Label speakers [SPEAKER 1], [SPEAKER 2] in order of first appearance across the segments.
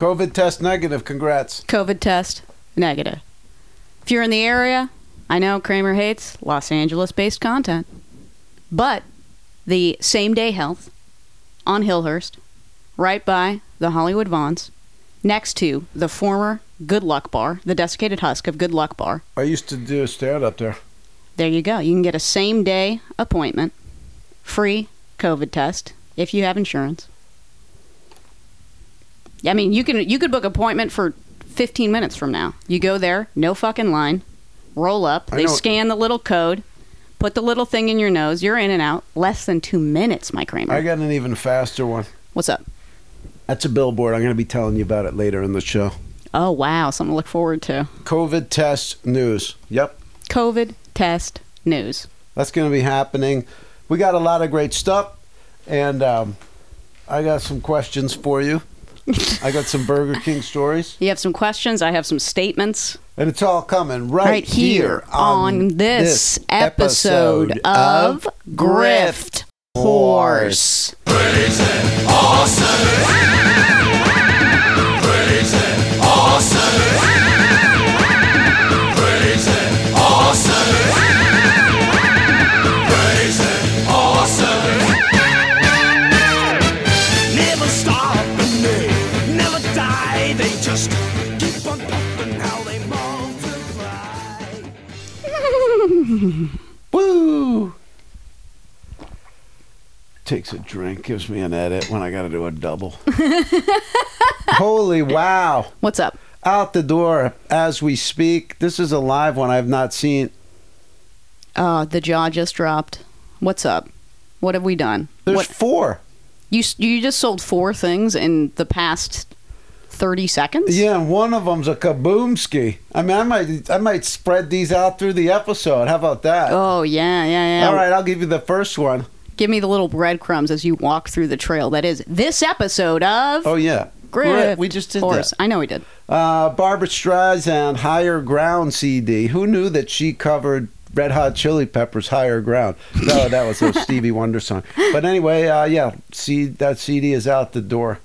[SPEAKER 1] COVID test negative. Congrats.
[SPEAKER 2] COVID test negative. If you're in the area, I know Kramer hates Los Angeles based content, but the same day health on Hillhurst, right by the Hollywood Vons, next to the former Good Luck Bar, the desiccated husk of Good Luck Bar.
[SPEAKER 1] I used to do a stand up there.
[SPEAKER 2] There you go. You can get a same day appointment, free COVID test if you have insurance. I mean, you can you could book appointment for 15 minutes from now. You go there, no fucking line, roll up,
[SPEAKER 1] I
[SPEAKER 2] they
[SPEAKER 1] know-
[SPEAKER 2] scan the little code, put the little thing in your nose, you're in and out, less than 2 minutes, my Kramer.
[SPEAKER 1] I got an even faster one.
[SPEAKER 2] What's up?
[SPEAKER 1] That's a billboard. I'm going to be telling you about it later in the show.
[SPEAKER 2] Oh, wow, something to look forward to.
[SPEAKER 1] COVID test news. Yep.
[SPEAKER 2] COVID test news.
[SPEAKER 1] That's going to be happening. We got a lot of great stuff, and um, I got some questions for you. I got some Burger King stories,
[SPEAKER 2] You have some questions, I have some statements.
[SPEAKER 1] and it's all coming right,
[SPEAKER 2] right here on this episode of Grift Horse.
[SPEAKER 3] Never stop and they never die. They just keep on pumping how they multiply.
[SPEAKER 1] Woo! Takes a drink, gives me an edit when I got to do a double. Holy wow!
[SPEAKER 2] What's up?
[SPEAKER 1] Out the door as we speak. This is a live one I've not seen.
[SPEAKER 2] Uh, the jaw just dropped. What's up? What have we done?
[SPEAKER 1] There's
[SPEAKER 2] What
[SPEAKER 1] four.
[SPEAKER 2] you s- you just sold four things in the past thirty seconds?
[SPEAKER 1] Yeah, and one of them's a kaboomski. I mean, I might, I might spread these out through the episode. How about that?
[SPEAKER 2] Oh yeah, yeah, yeah.
[SPEAKER 1] All right, I'll give you the first one.
[SPEAKER 2] Give me the little breadcrumbs as you walk through the trail. That is this episode of
[SPEAKER 1] Oh yeah,
[SPEAKER 2] Grift
[SPEAKER 1] We just did
[SPEAKER 2] Horse.
[SPEAKER 1] that.
[SPEAKER 2] I know we did.
[SPEAKER 1] Uh, Barbara Streisand, Higher Ground CD. Who knew that she covered Red Hot Chili Peppers' Higher Ground? No, that was a Stevie Wonder song. But anyway, uh, yeah, see, that CD is out the door.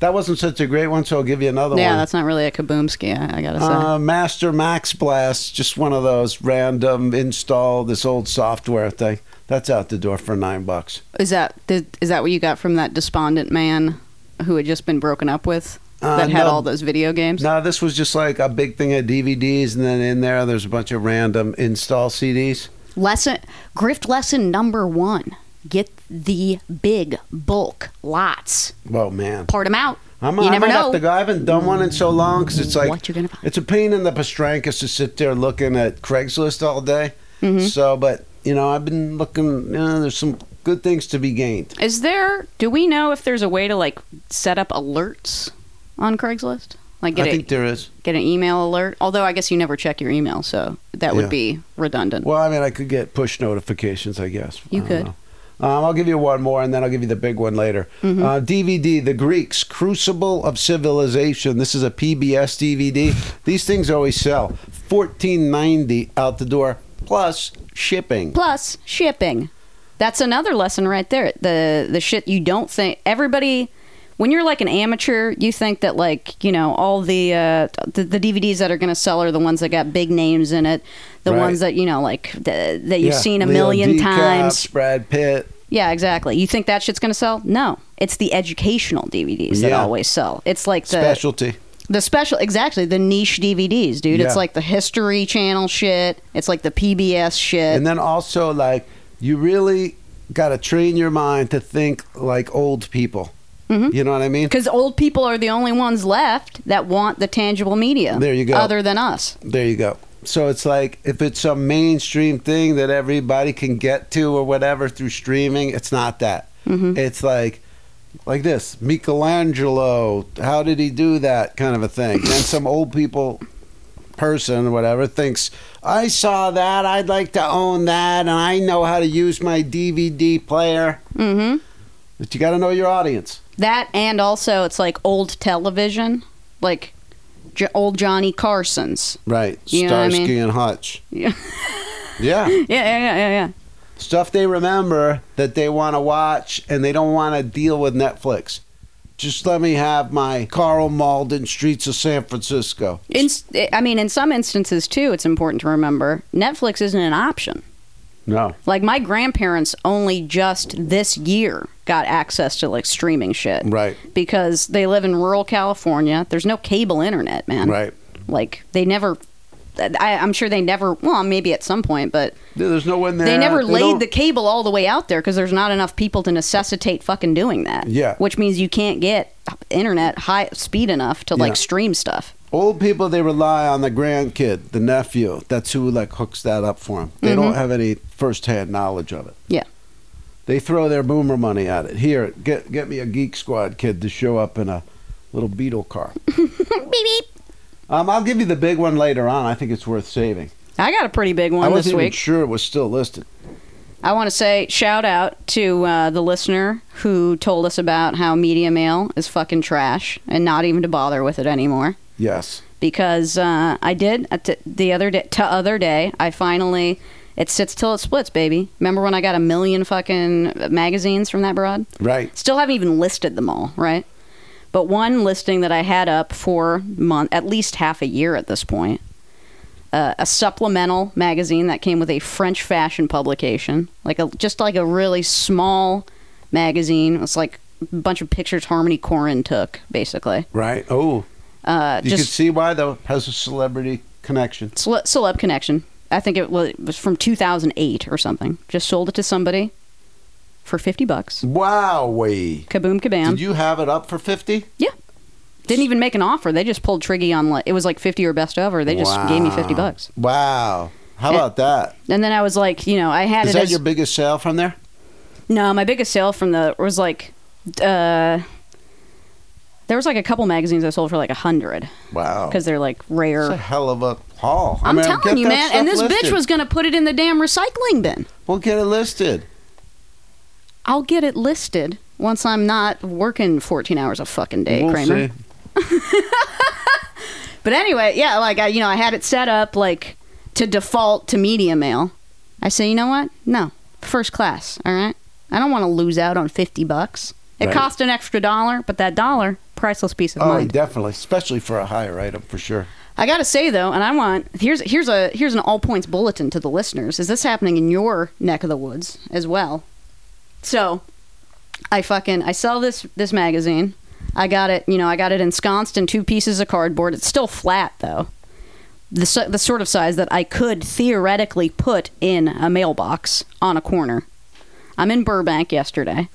[SPEAKER 1] That wasn't such a great one, so I'll give you another
[SPEAKER 2] yeah,
[SPEAKER 1] one.
[SPEAKER 2] that's not really a kaboomski. I, I gotta say.
[SPEAKER 1] Oh. Uh, Master Max Blast, just one of those random install this old software thing. That's out the door for nine bucks.
[SPEAKER 2] is that did, is that what you got from that despondent man who had just been broken up with?
[SPEAKER 1] Uh,
[SPEAKER 2] That had
[SPEAKER 1] no.
[SPEAKER 2] all those video games.
[SPEAKER 1] No, this was just like a big thing of DVDs, and then in there there's a bunch of random install CDs.
[SPEAKER 2] Lesson grift lesson number one: get the big bulk lots.
[SPEAKER 1] Oh man,
[SPEAKER 2] Part them out.
[SPEAKER 1] I'm,
[SPEAKER 2] you
[SPEAKER 1] I
[SPEAKER 2] never
[SPEAKER 1] might
[SPEAKER 2] know.
[SPEAKER 1] have to go. I haven't done one in so long because it's like
[SPEAKER 2] What you gonna find.
[SPEAKER 1] It's a pain in the postrankus to sit there looking at Craigslist all day.
[SPEAKER 2] Mm-hmm.
[SPEAKER 1] So, but you know, I've been looking. You know, there's some good things to be gained.
[SPEAKER 2] Is there? Do we know if there's a way to like set up alerts on Craigslist? Like get
[SPEAKER 1] I
[SPEAKER 2] a,
[SPEAKER 1] think there is.
[SPEAKER 2] get an email alert. Although I guess you never check your email, so that
[SPEAKER 1] Yeah.
[SPEAKER 2] would be redundant.
[SPEAKER 1] Well, I mean, I could get push notifications, I guess. I
[SPEAKER 2] You
[SPEAKER 1] don't
[SPEAKER 2] could.
[SPEAKER 1] know. Um, I'll give you one more, and then I'll give you the big one later.
[SPEAKER 2] Mm-hmm.
[SPEAKER 1] Uh, DVD, The Greeks, Crucible of Civilization. This is a PBS DVD. These things always sell. Fourteen ninety out the door, plus shipping.
[SPEAKER 2] Plus shipping. That's another lesson right there. The the shit you don't think everybody. When you're like an amateur, you think that like you know all the uh, the, the DVDs that are going to sell are the ones that got big names in it, the
[SPEAKER 1] Right.
[SPEAKER 2] ones that you know like the, that you've
[SPEAKER 1] Yeah,
[SPEAKER 2] seen a
[SPEAKER 1] Leo
[SPEAKER 2] million
[SPEAKER 1] DiCap,
[SPEAKER 2] times.
[SPEAKER 1] Brad Pitt.
[SPEAKER 2] Yeah, exactly. You think that shit's going to sell? No. It's the educational DVDs that
[SPEAKER 1] Yeah.
[SPEAKER 2] always sell. It's like the
[SPEAKER 1] Specialty.
[SPEAKER 2] the special exactly, the niche DVDs, dude.
[SPEAKER 1] Yeah.
[SPEAKER 2] It's like the history channel shit. It's like the PBS shit.
[SPEAKER 1] And then also, like, you really got to train your mind to think like old people.
[SPEAKER 2] Mm-hmm.
[SPEAKER 1] You know what I mean?
[SPEAKER 2] Cuz old people are the only ones left that want the tangible media.
[SPEAKER 1] There you go.
[SPEAKER 2] Other than us.
[SPEAKER 1] There you go. So it's like if it's a mainstream thing that everybody can get to or whatever through streaming, it's not that.
[SPEAKER 2] Mm-hmm.
[SPEAKER 1] It's like like this Michelangelo. How did he do that? Kind of a thing. then some old people person or whatever thinks I saw that. I'd like to own that, and I know how to use my DVD player.
[SPEAKER 2] Mhm.
[SPEAKER 1] But you got to know your audience.
[SPEAKER 2] That and also it's like old television, like J- old Johnny Carson's.
[SPEAKER 1] Right.
[SPEAKER 2] You know what I
[SPEAKER 1] Starsky
[SPEAKER 2] mean?
[SPEAKER 1] and Hutch.
[SPEAKER 2] Yeah.
[SPEAKER 1] Yeah.
[SPEAKER 2] Yeah, yeah, yeah, yeah, yeah.
[SPEAKER 1] stuff they remember that they want to watch and they don't want to deal with Netflix. Just let me have my Carl Malden Streets of San Francisco.
[SPEAKER 2] In, eh, I mean, in some instances too, it's important to remember Netflix isn't an option.
[SPEAKER 1] No.
[SPEAKER 2] Like my grandparents only just this year got access to like streaming shit.
[SPEAKER 1] Right.
[SPEAKER 2] Because they live in rural California. There's no cable internet, man.
[SPEAKER 1] Right.
[SPEAKER 2] Like they never I, I'm sure they never. Well, maybe at some point, but
[SPEAKER 1] Yeah, There's no one there.
[SPEAKER 2] they never laid
[SPEAKER 1] don't-
[SPEAKER 2] the cable all the way out there because there's not enough people to necessitate fucking doing that.
[SPEAKER 1] Yeah.
[SPEAKER 2] which means you can't get internet high speed enough to like
[SPEAKER 1] Yeah.
[SPEAKER 2] stream stuff.
[SPEAKER 1] old people they rely on the grandkid the nephew that's who like hooks that up for them they don't have any first-hand knowledge of it
[SPEAKER 2] Mm-hmm. Yeah.
[SPEAKER 1] they throw their boomer money at it here get get me a geek squad kid to show up in a little beetle car um, i'll give you the big one later on i think it's worth saving
[SPEAKER 2] I got a pretty big
[SPEAKER 1] i
[SPEAKER 2] one this
[SPEAKER 1] wasn't even
[SPEAKER 2] week.
[SPEAKER 1] sure it was still listed
[SPEAKER 2] I want to say shout out to uh, the listener who told us about how media mail is fucking trash and not even to bother with it anymore.
[SPEAKER 1] yes
[SPEAKER 2] because uh, I did uh, t- the other day. T- other day, I finally it sits till it splits, baby. Remember when I got a million fucking magazines from that broad?
[SPEAKER 1] right
[SPEAKER 2] Still haven't even listed them all, right? But one listing that I had up for month, at least half a year at this point, uh, a supplemental magazine that came with a French fashion publication, like a just like a really small magazine. It's like a bunch of pictures Harmony Korine took, basically.
[SPEAKER 1] right oh
[SPEAKER 2] Uh,
[SPEAKER 1] you
[SPEAKER 2] just
[SPEAKER 1] can see why though has a celebrity connection
[SPEAKER 2] Cele- Celeb Connection. I think it was, it was from 2008 or something. Just sold it to somebody for 50 bucks.
[SPEAKER 1] wow we
[SPEAKER 2] Kaboom, kabam.
[SPEAKER 1] did you have it up for 50
[SPEAKER 2] yeah. Didn't even make an offer. They just pulled Triggy on, like, it was like 50 or best over. They just gave me 50 bucks.
[SPEAKER 1] wow how
[SPEAKER 2] Yeah.
[SPEAKER 1] about that
[SPEAKER 2] And then I was like, you know, I had
[SPEAKER 1] Is
[SPEAKER 2] it
[SPEAKER 1] that
[SPEAKER 2] as-
[SPEAKER 1] your biggest sale from there?
[SPEAKER 2] No, my biggest sale from the was like, uh, there was like a couple magazines I sold for like a hundred
[SPEAKER 1] Wow.
[SPEAKER 2] because they're like rare.
[SPEAKER 1] That's a hell of a haul. Oh. I
[SPEAKER 2] I'm
[SPEAKER 1] mean, get
[SPEAKER 2] telling you,
[SPEAKER 1] that
[SPEAKER 2] man. And this
[SPEAKER 1] stuff listed.
[SPEAKER 2] bitch was gonna put it in the damn recycling bin.
[SPEAKER 1] We'll get it listed.
[SPEAKER 2] I'll get it listed once I'm not working 14 hours a fucking day,
[SPEAKER 1] we'll
[SPEAKER 2] Kramer.
[SPEAKER 1] see.
[SPEAKER 2] But anyway, yeah, like I, you know, I had it set up like to default to media mail. I say, you know what? No, first class. All right, I don't want to lose out on 50 bucks. It
[SPEAKER 1] Right.
[SPEAKER 2] cost an extra dollar, but that dollar, priceless piece of
[SPEAKER 1] Oh,
[SPEAKER 2] mind.
[SPEAKER 1] definitely, especially for a higher item for sure.
[SPEAKER 2] I gotta say though, and I want here's here's a here's an all points bulletin to the listeners. Is this happening in your neck of the woods as well? So, I fucking I sell this this magazine. I got it, you know, I got it ensconced in two pieces of cardboard. It's still flat though, the so- the sort of size that I could theoretically put in a mailbox on a corner. I'm in Burbank yesterday.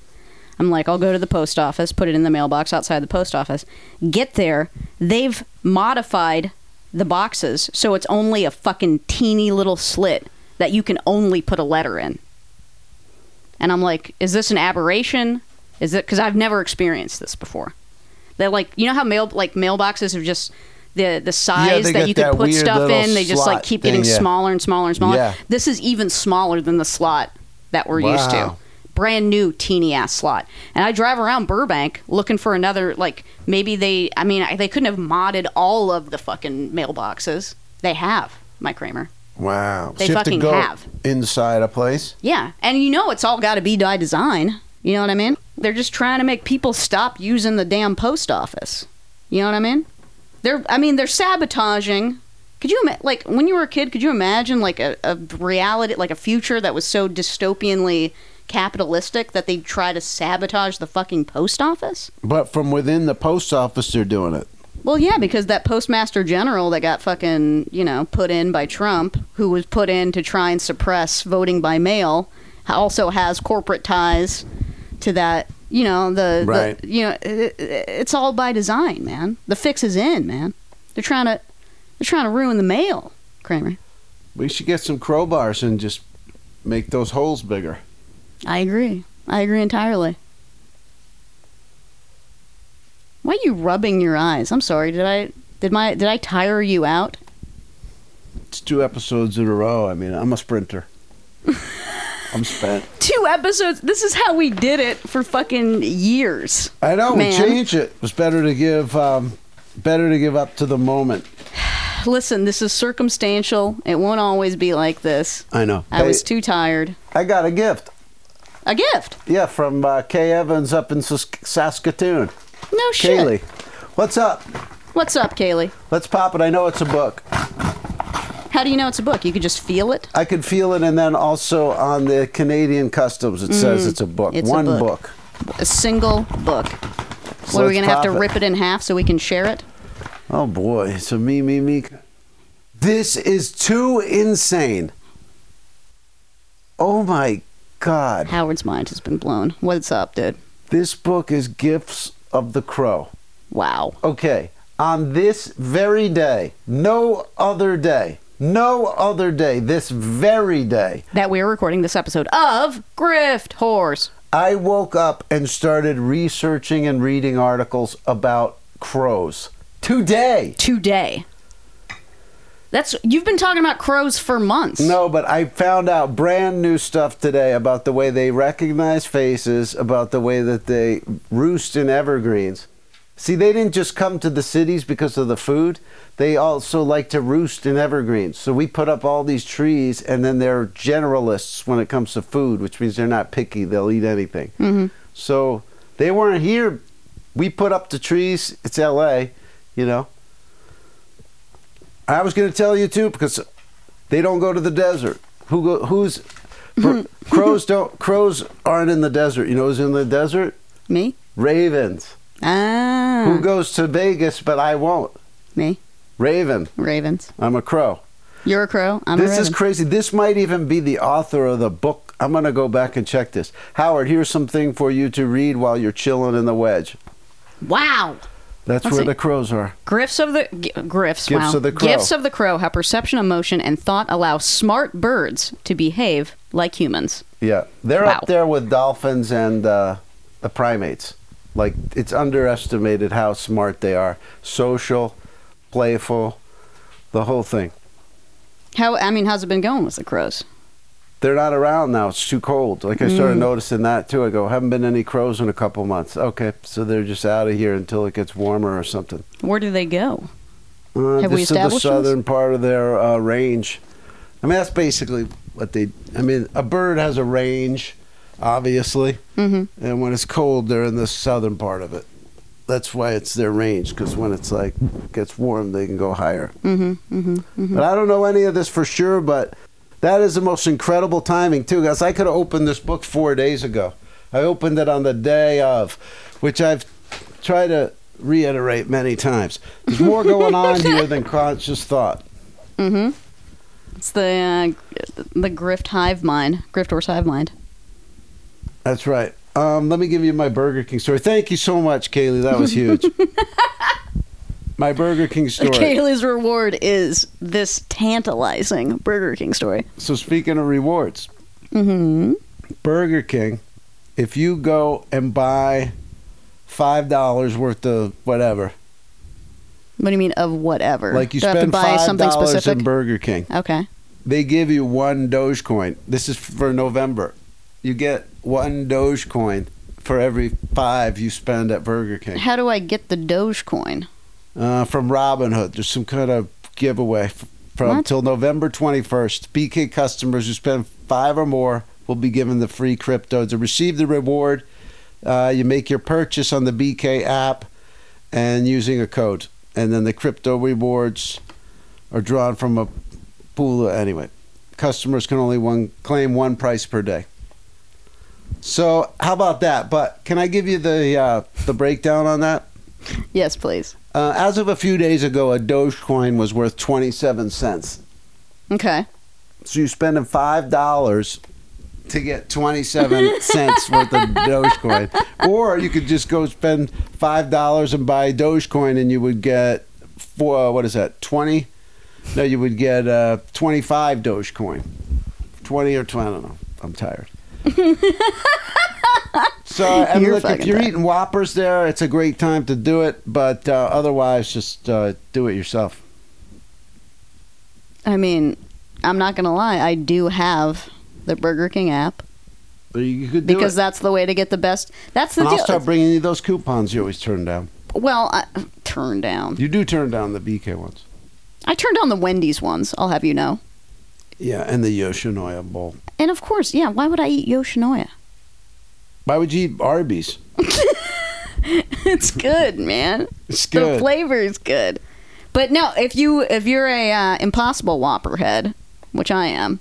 [SPEAKER 2] I'm like, I'll go to the post office, put it in the mailbox outside the post office. Get there, they've modified the boxes so it's only a fucking teeny little slit that you can only put a letter in. And I'm like, is this an aberration? Is it because I've never experienced this before? They're like, you know how mail like mailboxes are just the the size
[SPEAKER 1] they
[SPEAKER 2] that
[SPEAKER 1] got
[SPEAKER 2] you could
[SPEAKER 1] that
[SPEAKER 2] put
[SPEAKER 1] weird
[SPEAKER 2] stuff
[SPEAKER 1] little
[SPEAKER 2] in. They just like
[SPEAKER 1] slot
[SPEAKER 2] keep
[SPEAKER 1] thing,
[SPEAKER 2] getting
[SPEAKER 1] yeah.
[SPEAKER 2] smaller and smaller and smaller.
[SPEAKER 1] Yeah.
[SPEAKER 2] This is even smaller than the slot that we're used to
[SPEAKER 1] Wow.
[SPEAKER 2] brand new teeny ass slot. And I drive around Burbank looking for another like maybe they I mean I- they couldn't have modded all of the fucking mailboxes. They have, my Kramer.
[SPEAKER 1] Wow.
[SPEAKER 2] They
[SPEAKER 1] so you have
[SPEAKER 2] fucking
[SPEAKER 1] to go
[SPEAKER 2] have.
[SPEAKER 1] inside a place.
[SPEAKER 2] Yeah, and you know it's all got to be by design. You know what I mean? They're just trying to make people stop using the damn post office. You know what I mean? They're I mean they're sabotaging. Could you ima- like when you were a kid? Could you imagine like a, a reality, like a future that was so dystopianly capitalistic that they'd try to sabotage the fucking post office?
[SPEAKER 1] But from within the post office, they're doing it.
[SPEAKER 2] Well, yeah, because that postmaster general that got fucking, you know, put in by Trump, who was put in to try and suppress voting by mail, also has corporate ties to that, you know, the, the-
[SPEAKER 1] Right.
[SPEAKER 2] you know, it, it- it's all by design, man. The fix is in, man. They're trying to they're trying to ruin the mail, Kramer.
[SPEAKER 1] We should get some crowbars and just make those holes bigger.
[SPEAKER 2] I agree. I agree entirely. Why are you rubbing your eyes? I'm sorry. Did I did my did I tire you out?
[SPEAKER 1] It's two episodes in a row. I mean, I'm a sprinter. I'm spent.
[SPEAKER 2] two episodes. This is how we did it for fucking years.
[SPEAKER 1] I know.
[SPEAKER 2] Man.
[SPEAKER 1] We change it. It's better to give. Um, better to give up to the moment.
[SPEAKER 2] Listen, this is circumstantial. It won't always be like this.
[SPEAKER 1] I know.
[SPEAKER 2] I was
[SPEAKER 1] Hey,
[SPEAKER 2] too tired.
[SPEAKER 1] I got a gift.
[SPEAKER 2] A gift.
[SPEAKER 1] Yeah, from uh, Kay Evans up in Sask- Saskatoon.
[SPEAKER 2] No shit.
[SPEAKER 1] Kaylee, what's up?
[SPEAKER 2] What's up, Kaylee?
[SPEAKER 1] Let's pop it. I know it's a book.
[SPEAKER 2] How do you know it's a book? You could just feel it.
[SPEAKER 1] I could feel it, and then also on the Canadian customs, it says it's a book.
[SPEAKER 2] Mm-hmm. It's a
[SPEAKER 1] One
[SPEAKER 2] book.
[SPEAKER 1] book.
[SPEAKER 2] A single book.
[SPEAKER 1] So
[SPEAKER 2] what are we
[SPEAKER 1] let's
[SPEAKER 2] gonna have to
[SPEAKER 1] pop it.
[SPEAKER 2] rip it in half so we can share it?
[SPEAKER 1] Oh boy, so me, me, me. This is too insane. Oh my god.
[SPEAKER 2] Howard's mind has been blown. What's up, dude?
[SPEAKER 1] This book is Gifts of the Crow.
[SPEAKER 2] Wow.
[SPEAKER 1] Okay, on this very day, no other day, no other day, this very day,
[SPEAKER 2] That we're recording this episode of Grift Horse.
[SPEAKER 1] I woke up and started researching and reading articles about crows. Today.
[SPEAKER 2] today. That's you've been talking about crows for months.
[SPEAKER 1] No, but I found out brand new stuff today about the way they recognize faces, about the way that they roost in evergreens. See, they didn't just come to the cities because of the food. They also like to roost in evergreens. So we put up all these trees, and then they're generalists when it comes to food, which means they're not picky. They'll eat anything. So they weren't here. We put up the trees. It's L.A., you know. I was going to tell you too because they don't go to the desert. Who go? Who's
[SPEAKER 2] Mm.
[SPEAKER 1] for- crows? Don't crows aren't in the desert. You know who's in the desert?
[SPEAKER 2] Me?
[SPEAKER 1] Ravens.
[SPEAKER 2] Ah.
[SPEAKER 1] Who goes to Vegas? But I won't.
[SPEAKER 2] me?
[SPEAKER 1] Raven.
[SPEAKER 2] Ravens.
[SPEAKER 1] I'm a crow.
[SPEAKER 2] You're a crow. I'm
[SPEAKER 1] this
[SPEAKER 2] a
[SPEAKER 1] is
[SPEAKER 2] raven.
[SPEAKER 1] crazy. This might even be the author of the book. I'm gonna go back and check this. Howard, here's something for you to read while you're chilling in the wedge.
[SPEAKER 2] wow.
[SPEAKER 1] That's
[SPEAKER 2] Let's
[SPEAKER 1] where
[SPEAKER 2] see.
[SPEAKER 1] the crows are.
[SPEAKER 2] Grifts of the g- grifts.
[SPEAKER 1] Gifts
[SPEAKER 2] wow.
[SPEAKER 1] of the crow.
[SPEAKER 2] Gifts of the crow. How perception, emotion, and thought allow smart birds to behave like humans.
[SPEAKER 1] Yeah, they're
[SPEAKER 2] Wow.
[SPEAKER 1] up there with dolphins and uh, the primates. Like it's underestimated how smart they are, social, playful, the whole thing.
[SPEAKER 2] How? I mean, how's it been going with the crows?
[SPEAKER 1] They're not around now. It's too cold. Like I started noticing that too. I go, haven't been any crows in a couple months. Okay, so they're just out of here until it gets warmer or something.
[SPEAKER 2] Where do they go?
[SPEAKER 1] Uh, this
[SPEAKER 2] Have we
[SPEAKER 1] is the
[SPEAKER 2] established this?
[SPEAKER 1] southern part of their uh, range. I mean, that's basically what they. I mean, a bird has a range, obviously,
[SPEAKER 2] Mhm.
[SPEAKER 1] and when it's cold, they're in the southern part of it. That's why it's their range, because when it's like gets warm, they can go higher.
[SPEAKER 2] Mm-hmm. Mm-hmm.
[SPEAKER 1] But I don't know any of this for sure. But that is the most incredible timing too, guys. I could have opened this book four days ago. I opened it on the day of, which I've tried to reiterate many times. There's more going on here than conscious thought.
[SPEAKER 2] It's the uh, the grift hive mind. Grift horse hive mind.
[SPEAKER 1] That's right. Um, let me give you my Burger King story. Thank you so much, Kaylee. That was huge. my Burger King story.
[SPEAKER 2] Kaylee's reward is this tantalizing Burger King story.
[SPEAKER 1] So speaking of rewards,
[SPEAKER 2] Mm-hmm.
[SPEAKER 1] Burger King, if you go and buy five dollars worth of whatever,
[SPEAKER 2] What do you mean of whatever?
[SPEAKER 1] like you
[SPEAKER 2] do I have to
[SPEAKER 1] spend
[SPEAKER 2] buy
[SPEAKER 1] five
[SPEAKER 2] something
[SPEAKER 1] dollars
[SPEAKER 2] specific?
[SPEAKER 1] in Burger King,
[SPEAKER 2] okay.
[SPEAKER 1] they give you one Dogecoin. This is for November. You get one Dogecoin for every five you spend at Burger King.
[SPEAKER 2] How do I get the Dogecoin?
[SPEAKER 1] uh, from Robinhood. There's some kind of giveaway f- from
[SPEAKER 2] What?
[SPEAKER 1] till November 21st. BK customers who spend five or more will be given the free crypto to receive the reward. Uh, you make your purchase on the BK app and using a code, and then the crypto rewards are drawn from a pool. Anyway, customers can only one claim one price per day. So how about that? But can I give you the uh, the breakdown on that?
[SPEAKER 2] Yes, please.
[SPEAKER 1] Uh, as of a few days ago, a Dogecoin was worth 27 cents.
[SPEAKER 2] Okay.
[SPEAKER 1] So you're spending $5 to get 27 cents worth of Dogecoin. Or you could just go spend $5 and buy Dogecoin and you would get, four, uh, what is that, 20? No, you would get uh, 25 Dogecoin. 20 or 20, I don't know. I'm tired. so, I mean,
[SPEAKER 2] You're
[SPEAKER 1] look, if
[SPEAKER 2] fucking
[SPEAKER 1] you're
[SPEAKER 2] tired.
[SPEAKER 1] eating Whoppers there, it's a great time to do it. But uh, otherwise, just uh, do it yourself.
[SPEAKER 2] I mean, I'm not gonna lie. I do have the Burger King app
[SPEAKER 1] Or You could do
[SPEAKER 2] because
[SPEAKER 1] it.
[SPEAKER 2] that's the way to get the best. That's the
[SPEAKER 1] And I'll
[SPEAKER 2] deal.
[SPEAKER 1] start bringing you those coupons you always turn down.
[SPEAKER 2] well, I, turn down.
[SPEAKER 1] You do turn down the BK ones.
[SPEAKER 2] I turned down the Wendy's ones. I'll have you know.
[SPEAKER 1] Yeah, and the Yoshinoya bowl.
[SPEAKER 2] And of course, yeah. Why would I eat Yoshinoya?
[SPEAKER 1] Why would you eat Arby's?
[SPEAKER 2] it's good, man.
[SPEAKER 1] It's
[SPEAKER 2] The
[SPEAKER 1] good.
[SPEAKER 2] flavor is good. But no, if you if you're a uh, impossible Whopper head, which I am,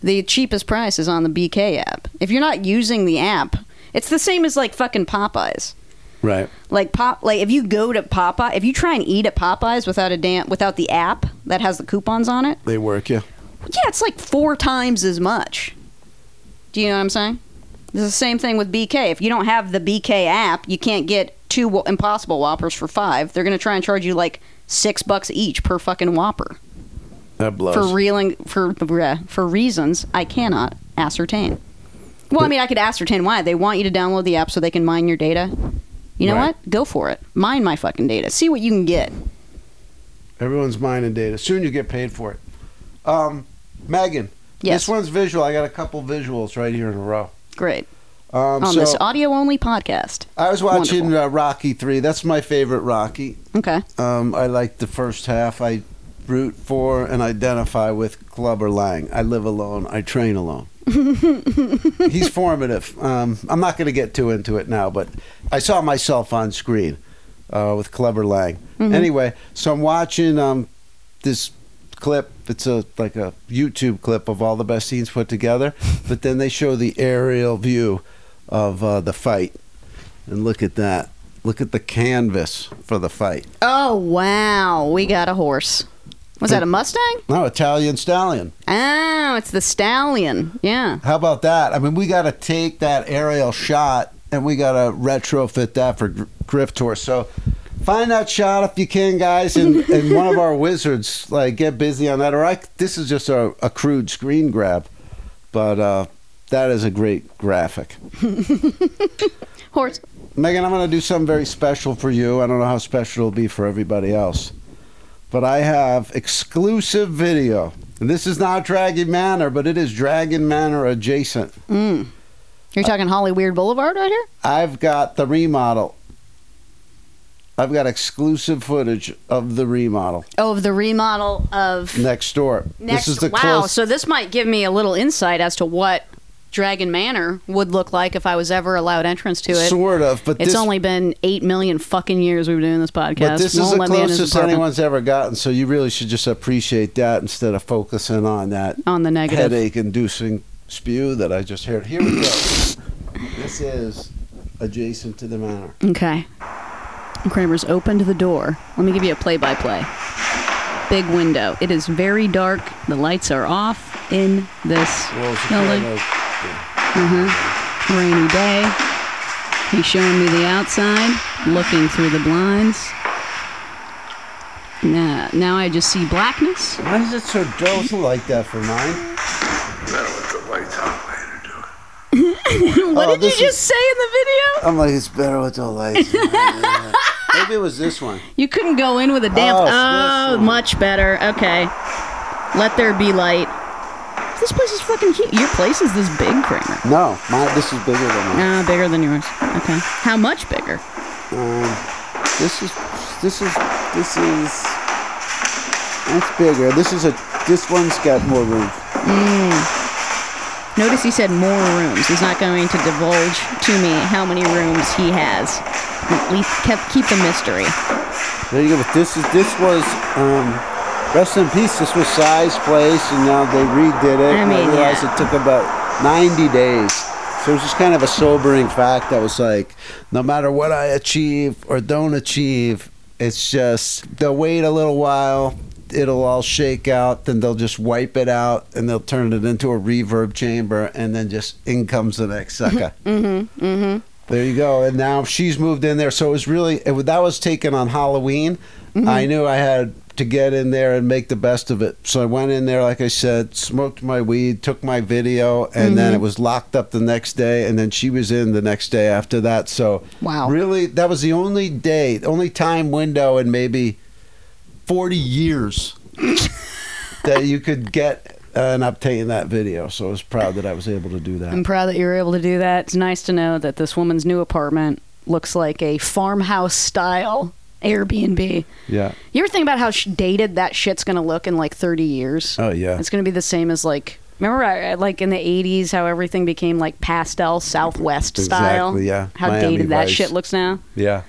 [SPEAKER 2] the cheapest price is on the BK app. If you're not using the app, it's the same as like fucking Popeyes.
[SPEAKER 1] Right.
[SPEAKER 2] Like pop, like if you go to Popeye, if you try and eat at Popeyes without a damn without the app that has the coupons on it,
[SPEAKER 1] They work you.
[SPEAKER 2] yeah, it's like four times as much. Do you know what I'm saying? It's the same thing with BK. If you don't have the BK app, you can't get two Wh- Impossible Whoppers for five. They're gonna try and charge you like six bucks each per fucking Whopper
[SPEAKER 1] That blows.
[SPEAKER 2] for reeling for uh, for reasons I cannot ascertain. Well, I mean, I could ascertain why they want you to download the app so they can mine your data. You know
[SPEAKER 1] Right.
[SPEAKER 2] what? Go for it. Mine my fucking data. See what you can get.
[SPEAKER 1] Everyone's mining data. Soon you get paid for it. Um, Megan.
[SPEAKER 2] Yes.
[SPEAKER 1] This one's visual. I got a couple visuals right here in a row.
[SPEAKER 2] Great.
[SPEAKER 1] Um,
[SPEAKER 2] On
[SPEAKER 1] so
[SPEAKER 2] this audio only podcast.
[SPEAKER 1] I was watching
[SPEAKER 2] Wonderful.
[SPEAKER 1] uh, Rocky Three. That's my favorite Rocky.
[SPEAKER 2] Okay.
[SPEAKER 1] Um, I like the first half. I root for and identify with Clubber Lang. I live alone. I train alone. He's formative. Um, I'm not going to get too into it now, but I saw myself on screen uh, with Clubber Lang. Anyway, so I'm watching um, this clip. It's a like a YouTube clip of all the best scenes put together, but then they show the aerial view of uh, the fight, and look at that. Look at the canvas for the fight.
[SPEAKER 2] Oh wow, we got a horse. Was that a Mustang?
[SPEAKER 1] No, Italian stallion.
[SPEAKER 2] Oh, it's the stallion. Yeah.
[SPEAKER 1] How about that? I mean, we got to take that aerial shot and we got to retrofit that for Gr- Griff Tour. So find that shot if you can, guys, and, and one of our wizards like get busy on that. Or I, c- this is just a, a crude screen grab, but uh, that is a great graphic.
[SPEAKER 2] Horse.
[SPEAKER 1] Megan, I'm going to do something very special for you. I don't know how special it'll be for everybody else. But I have exclusive video. And this is not Dragon Manor, but it is Dragon Manor adjacent.
[SPEAKER 2] Mm. You're talking Holly Weird Boulevard right here?
[SPEAKER 1] I've got the remodel. I've got exclusive footage of the remodel
[SPEAKER 2] Oh, of the remodel of
[SPEAKER 1] next door.
[SPEAKER 2] next.
[SPEAKER 1] this is the
[SPEAKER 2] wow.
[SPEAKER 1] close-
[SPEAKER 2] So this might give me a little insight as to what Dragon Manor would look like if I was ever allowed entrance to it.
[SPEAKER 1] sort of, but
[SPEAKER 2] it's
[SPEAKER 1] this,
[SPEAKER 2] only been eight million fucking years we've been doing this podcast.
[SPEAKER 1] but this is
[SPEAKER 2] Won't
[SPEAKER 1] the
[SPEAKER 2] let me in his
[SPEAKER 1] closest
[SPEAKER 2] apartment.
[SPEAKER 1] anyone's ever gotten. So you really should just appreciate that instead of focusing on that
[SPEAKER 2] on the negative.
[SPEAKER 1] headache-inducing spew that I just heard. Here we go. this is adjacent to the manor.
[SPEAKER 2] Okay. Kramer's opened the door. Let me give you a play by play. Big window. It is very dark. The lights are off in this
[SPEAKER 1] Well, it's a
[SPEAKER 2] building.
[SPEAKER 1] kind of-
[SPEAKER 2] Rainy day. He's showing me the outside, looking through the blinds. Now, now I just see blackness.
[SPEAKER 1] why is it so docile like that for mine?
[SPEAKER 2] what
[SPEAKER 1] Oh,
[SPEAKER 2] did you
[SPEAKER 1] this
[SPEAKER 2] just say in the video?
[SPEAKER 1] I'm like, it's better with the lights. on. Yeah. Maybe it was this one.
[SPEAKER 2] You couldn't go in with a damn.
[SPEAKER 1] Oh,
[SPEAKER 2] Oh,
[SPEAKER 1] it's this one.
[SPEAKER 2] much better. Okay. Let there be light. This place is fucking huge. Your place is this big, Kramer.
[SPEAKER 1] No, my, this is bigger than mine.
[SPEAKER 2] Ah, bigger than yours. Okay. How much bigger?
[SPEAKER 1] Um, this is this is this is that's bigger. This is a this one's got more room.
[SPEAKER 2] Notice he said more rooms. He's not going to divulge to me how many rooms he has. At least kept keep the mystery.
[SPEAKER 1] There you go. But this is this was um, rest in peace. This was Size Place, and now they redid it.
[SPEAKER 2] I
[SPEAKER 1] and
[SPEAKER 2] mean,
[SPEAKER 1] realized
[SPEAKER 2] yeah.
[SPEAKER 1] it took about 90 days. So it was just kind of a sobering fact that was like, no matter what I achieve or don't achieve, it's just they'll wait a little while. It'll all shake out, then they'll just wipe it out, and they'll turn it into a reverb chamber, and then just in comes the next sucker. There you go. And now she's moved in there. So it was really, it, wa- that was taken on Halloween. I knew I had to get in there and make the best of it. So I went in there, like I said, smoked my weed, took my video, and then it was locked up the next day. And then she was in the next day after that. So
[SPEAKER 2] Wow.
[SPEAKER 1] really, that was the only day, the only time window in maybe 40 years that you could get and obtain that video. So I was proud that I was able to do that.
[SPEAKER 2] I'm proud that you were able to do that. It's nice to know that this woman's new apartment looks like a farmhouse style Airbnb.
[SPEAKER 1] Yeah.
[SPEAKER 2] You ever think about how sh- dated that shit's gonna look in like 30 years?
[SPEAKER 1] Oh, yeah.
[SPEAKER 2] It's gonna be the same as like Remember, uh, like in the '80s, how everything became like pastel Southwest style.
[SPEAKER 1] Exactly, yeah.
[SPEAKER 2] How
[SPEAKER 1] Miami
[SPEAKER 2] dated that
[SPEAKER 1] Vice.
[SPEAKER 2] shit looks now.
[SPEAKER 1] Yeah.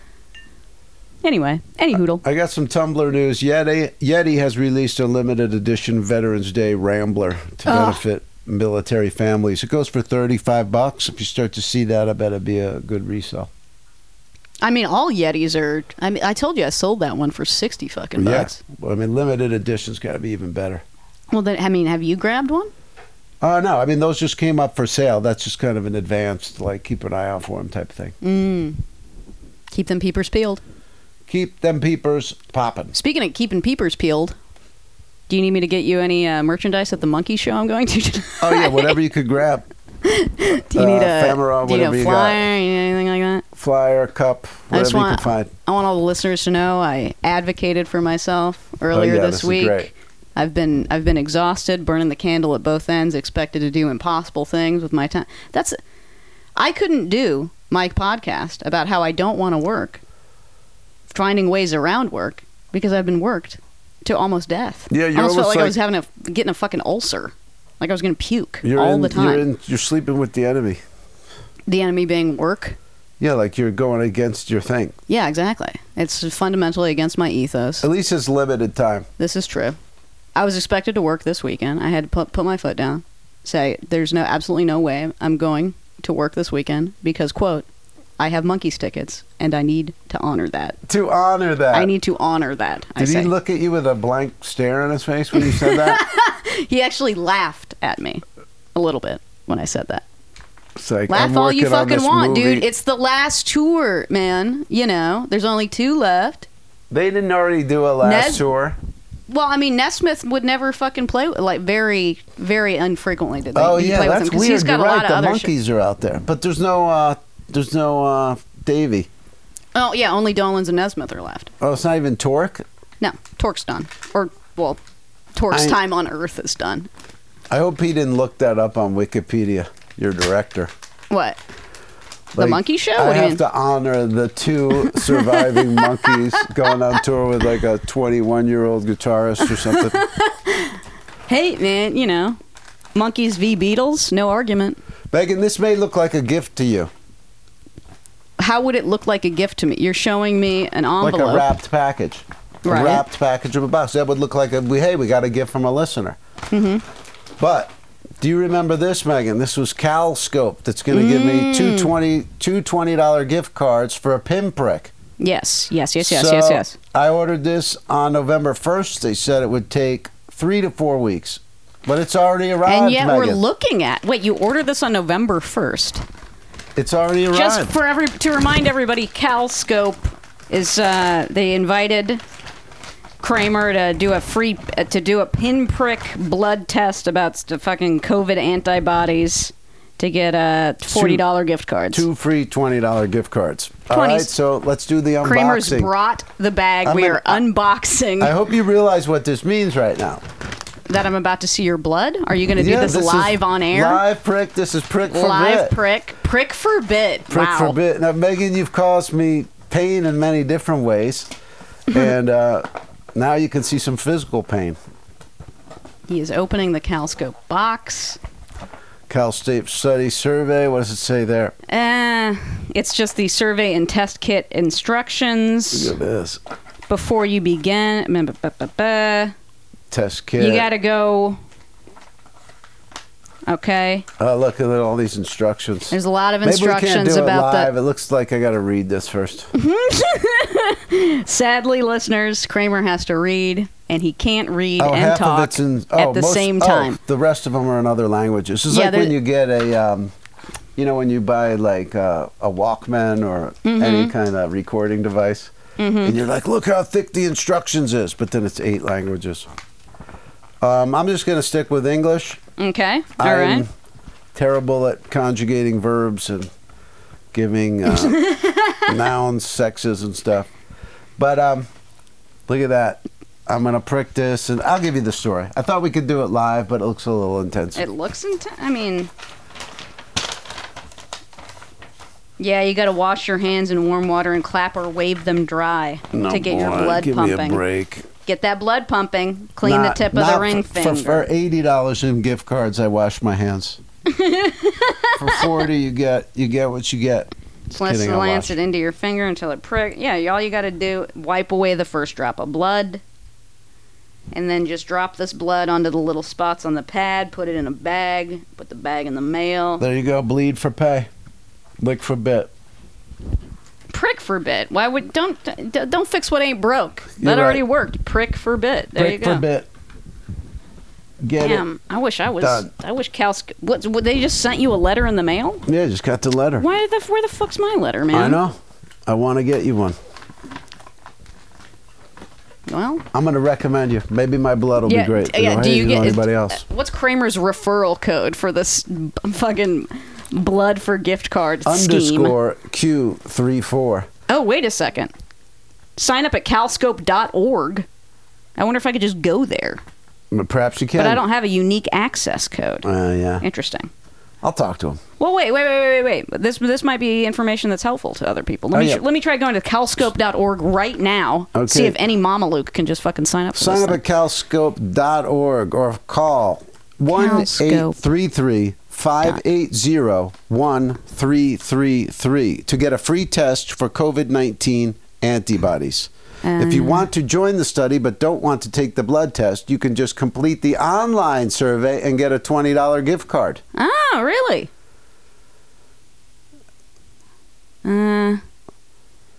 [SPEAKER 2] Anyway, any hoodle.
[SPEAKER 1] I got some Tumblr news. Yeti Yeti has released a limited edition Veterans Day Rambler to
[SPEAKER 2] Oh.
[SPEAKER 1] benefit military families. It goes for thirty five bucks. If you start to see that, I bet it'd be a good resale.
[SPEAKER 2] I mean, all Yetis are. I mean, I told you I sold that one for sixty fucking bucks.
[SPEAKER 1] Yeah. Well, I mean, limited edition's got to be even better.
[SPEAKER 2] Well, then, I mean, have you grabbed one?
[SPEAKER 1] Uh, no, I mean those just came up for sale. That's just kind of an advanced, like keep an eye out for them type of thing.
[SPEAKER 2] Mm. Keep them peepers peeled.
[SPEAKER 1] Keep them peepers popping.
[SPEAKER 2] Speaking of keeping peepers peeled, do you need me to get you any uh, merchandise at the monkey show I'm going to? tonight?
[SPEAKER 1] Oh yeah, whatever you could grab,
[SPEAKER 2] do you
[SPEAKER 1] uh,
[SPEAKER 2] need a
[SPEAKER 1] ephemera,
[SPEAKER 2] do you
[SPEAKER 1] whatever
[SPEAKER 2] need a
[SPEAKER 1] you
[SPEAKER 2] flyer,
[SPEAKER 1] got.
[SPEAKER 2] anything like that?
[SPEAKER 1] flyer, cup,
[SPEAKER 2] I
[SPEAKER 1] whatever
[SPEAKER 2] just
[SPEAKER 1] you
[SPEAKER 2] want-
[SPEAKER 1] can find.
[SPEAKER 2] I want all the listeners to know I advocated for myself earlier
[SPEAKER 1] Oh, yeah,
[SPEAKER 2] this,
[SPEAKER 1] this is
[SPEAKER 2] week.
[SPEAKER 1] great.
[SPEAKER 2] I've been I've been exhausted, burning the candle at both ends, expected to do impossible things with my time. That's I couldn't do my podcast about how I don't want to work, finding ways around work because I've been worked to almost death.
[SPEAKER 1] Yeah,
[SPEAKER 2] I
[SPEAKER 1] you're
[SPEAKER 2] almost
[SPEAKER 1] almost
[SPEAKER 2] felt like, I
[SPEAKER 1] like-
[SPEAKER 2] was having a getting a fucking ulcer, like I was going to puke
[SPEAKER 1] You're
[SPEAKER 2] all
[SPEAKER 1] in,
[SPEAKER 2] the time.
[SPEAKER 1] You're, in, you're sleeping with the enemy.
[SPEAKER 2] the enemy being work.
[SPEAKER 1] Yeah, like you're going against your thing.
[SPEAKER 2] Yeah, exactly. It's fundamentally against my ethos.
[SPEAKER 1] At least it's limited time.
[SPEAKER 2] This is true. I was expected to work this weekend. I had to put, put my foot down, say, there's no, absolutely no way I'm going to work this weekend because, quote, I have monkeys tickets and I need to honor that.
[SPEAKER 1] To honor that.
[SPEAKER 2] I need to honor that. I
[SPEAKER 1] Did
[SPEAKER 2] say.
[SPEAKER 1] he look at you with a blank stare on his face when you said that?
[SPEAKER 2] he actually laughed at me a little bit when I said that.
[SPEAKER 1] It's like,
[SPEAKER 2] Laugh
[SPEAKER 1] I'm
[SPEAKER 2] all you
[SPEAKER 1] working on
[SPEAKER 2] fucking
[SPEAKER 1] this
[SPEAKER 2] want,
[SPEAKER 1] movie.
[SPEAKER 2] dude. It's the last tour, man. You know, there's only two left.
[SPEAKER 1] they didn't already do a last
[SPEAKER 2] Ned-
[SPEAKER 1] tour.
[SPEAKER 2] Well, I mean, Nesmith would never fucking play like very, very unfrequently did they
[SPEAKER 1] oh
[SPEAKER 2] you
[SPEAKER 1] yeah,
[SPEAKER 2] play with
[SPEAKER 1] that's
[SPEAKER 2] him
[SPEAKER 1] weird.
[SPEAKER 2] he's got
[SPEAKER 1] You're
[SPEAKER 2] a
[SPEAKER 1] right.
[SPEAKER 2] lot of
[SPEAKER 1] the
[SPEAKER 2] other shit.
[SPEAKER 1] monkeys are out there, but there's no, uh, there's no uh, Davy.
[SPEAKER 2] Oh yeah, only Dolan's and Nesmith are left.
[SPEAKER 1] Oh, it's not even Torque.
[SPEAKER 2] No, Torque's done. Or well, Torque's
[SPEAKER 1] I-
[SPEAKER 2] time on Earth is done.
[SPEAKER 1] I hope he didn't look that up on Wikipedia. Your director.
[SPEAKER 2] What? the
[SPEAKER 1] Like,
[SPEAKER 2] Monkey Show?
[SPEAKER 1] I
[SPEAKER 2] what do you
[SPEAKER 1] have
[SPEAKER 2] mean?
[SPEAKER 1] to honor the two surviving monkeys going on tour with like a 21 year old guitarist or something.
[SPEAKER 2] Hey man, you know, monkeys v Beatles, no argument.
[SPEAKER 1] Megan, this may look like a gift to you,
[SPEAKER 2] How would it look like a gift to me? You're showing me an envelope.
[SPEAKER 1] like a wrapped package,
[SPEAKER 2] Right.
[SPEAKER 1] a wrapped package of a box. That would look like a we- hey, we got a gift from a listener. Mm-hmm. But do you remember this, Megan? This was CalScope that's going to give me
[SPEAKER 2] Mm.
[SPEAKER 1] two twenty two twenty dollar gift cards for a pinprick.
[SPEAKER 2] Yes, yes, yes, yes,
[SPEAKER 1] So,
[SPEAKER 2] yes, yes.
[SPEAKER 1] I ordered this on November 1st. They said it would take three to four weeks, but it's already arrived.
[SPEAKER 2] And yet we're
[SPEAKER 1] Megan.
[SPEAKER 2] looking at. Wait, you ordered this on November first.
[SPEAKER 1] It's already arrived.
[SPEAKER 2] Just for every to remind everybody, CalScope is uh, they invited Kramer to do a free uh, to do a pinprick blood test about the fucking COVID antibodies to get a forty dollar gift cards.
[SPEAKER 1] Two free $20 gift cards. All
[SPEAKER 2] 20s.
[SPEAKER 1] right, so let's do the unboxing.
[SPEAKER 2] Kramer's brought the bag.
[SPEAKER 1] I'm
[SPEAKER 2] we
[SPEAKER 1] gonna-
[SPEAKER 2] are unboxing
[SPEAKER 1] I hope you realize what this means right now.
[SPEAKER 2] that I'm about to see your blood. Are you going to do
[SPEAKER 1] Yeah,
[SPEAKER 2] this,
[SPEAKER 1] is
[SPEAKER 2] live on air?
[SPEAKER 1] Live prick. This is prick for
[SPEAKER 2] Live
[SPEAKER 1] bit.
[SPEAKER 2] prick, prick for bit.
[SPEAKER 1] prick
[SPEAKER 2] wow.
[SPEAKER 1] for bit. Now, Megan, you've caused me pain in many different ways, and uh, now you can see some physical pain.
[SPEAKER 2] He is opening the CalScope box.
[SPEAKER 1] Cal State Study Survey. What does it say there?
[SPEAKER 2] Uh, it's just the survey and test kit instructions.
[SPEAKER 1] Look at this.
[SPEAKER 2] Before you begin, mm, buh, buh, buh, buh.
[SPEAKER 1] Test kit.
[SPEAKER 2] you gotta go. Okay,
[SPEAKER 1] Oh, look at all these instructions.
[SPEAKER 2] there's a lot of
[SPEAKER 1] Maybe we can't
[SPEAKER 2] instructions
[SPEAKER 1] do
[SPEAKER 2] about
[SPEAKER 1] it live.
[SPEAKER 2] the.
[SPEAKER 1] It looks like I got to read this first.
[SPEAKER 2] Sadly, listeners, Kramer has to read, and he can't read
[SPEAKER 1] Oh,
[SPEAKER 2] and
[SPEAKER 1] half of
[SPEAKER 2] talk
[SPEAKER 1] it's in. Oh,
[SPEAKER 2] at the
[SPEAKER 1] most-
[SPEAKER 2] same
[SPEAKER 1] oh,
[SPEAKER 2] time.
[SPEAKER 1] the rest of them are in other languages. It's
[SPEAKER 2] Yeah,
[SPEAKER 1] like
[SPEAKER 2] there-
[SPEAKER 1] when you get a, um, you know, when you buy like uh, a Walkman or
[SPEAKER 2] Mm-hmm.
[SPEAKER 1] any kind of recording device, and you're like, look how thick the instructions is, but then it's eight languages. Um, I'm just gonna stick with English.
[SPEAKER 2] Okay, all
[SPEAKER 1] I'm
[SPEAKER 2] right.
[SPEAKER 1] terrible at conjugating verbs and giving uh, nouns, sexes, and stuff. But um, look at that. I'm gonna prick this, and I'll give you the story. I thought we could do it live, but it looks a little intense.
[SPEAKER 2] It looks. Int- I mean. Yeah, you gotta wash your hands in warm water and clap or wave them dry
[SPEAKER 1] No
[SPEAKER 2] to get your
[SPEAKER 1] more.
[SPEAKER 2] blood
[SPEAKER 1] give
[SPEAKER 2] pumping.
[SPEAKER 1] me a break.
[SPEAKER 2] Get that blood pumping. Clean
[SPEAKER 1] Not-
[SPEAKER 2] the tip of
[SPEAKER 1] not
[SPEAKER 2] the ring
[SPEAKER 1] for,
[SPEAKER 2] finger.
[SPEAKER 1] For, for eighty dollars in gift cards, I wash my hands. for forty, you get you get what you get. Just
[SPEAKER 2] Plus,
[SPEAKER 1] kidding, I
[SPEAKER 2] lance
[SPEAKER 1] wash.
[SPEAKER 2] it into your finger until it prick. Yeah, all you got to do wipe away the first drop of blood, and then just drop this blood onto the little spots on the pad. Put it in a bag. Put the bag in the mail.
[SPEAKER 1] There you go. Bleed for pay. Lick for bit.
[SPEAKER 2] Prick for bit. Why would don't d- don't fix what ain't broke?
[SPEAKER 1] You're
[SPEAKER 2] That already
[SPEAKER 1] right.
[SPEAKER 2] worked. Prick for bit. There
[SPEAKER 1] Break
[SPEAKER 2] you go.
[SPEAKER 1] for bit. Get
[SPEAKER 2] Damn, I wish I was.
[SPEAKER 1] Done.
[SPEAKER 2] I wish Cal's. What? what, They just sent you a letter in the mail.
[SPEAKER 1] it. Yeah, just got the letter.
[SPEAKER 2] Why the? Where the fuck's my letter, man?
[SPEAKER 1] I know. I want to get you one.
[SPEAKER 2] Well,
[SPEAKER 1] I'm gonna recommend you. Maybe my blood will be great. 'cause
[SPEAKER 2] d-
[SPEAKER 1] I don't even know anybody else?
[SPEAKER 2] uh, What's Kramer's referral code for this b- fucking blood for gift card scheme?
[SPEAKER 1] Underscore Q three four.
[SPEAKER 2] Oh, wait a second. Sign up at calscope.org. I wonder if I could just go there.
[SPEAKER 1] Perhaps you can.
[SPEAKER 2] But I don't have a unique access code.
[SPEAKER 1] Uh, yeah,
[SPEAKER 2] Interesting.
[SPEAKER 1] I'll talk to him.
[SPEAKER 2] Well, wait, wait, wait, wait, wait. This this might be information that's helpful to other people.
[SPEAKER 1] Oh,
[SPEAKER 2] Let me
[SPEAKER 1] yeah.
[SPEAKER 2] tr- let me try going to calscope.org right now.
[SPEAKER 1] Okay.
[SPEAKER 2] See if any Mama Luke can just fucking sign up for
[SPEAKER 1] Sign
[SPEAKER 2] this
[SPEAKER 1] up
[SPEAKER 2] thing.
[SPEAKER 1] at calscope.org or call 1 833 580 1333 to get a free test for COVID 19 antibodies. If you want to join the study but don't want to take the blood test, you can just complete the online survey and get a $20 gift card.
[SPEAKER 2] Oh, really? Uh,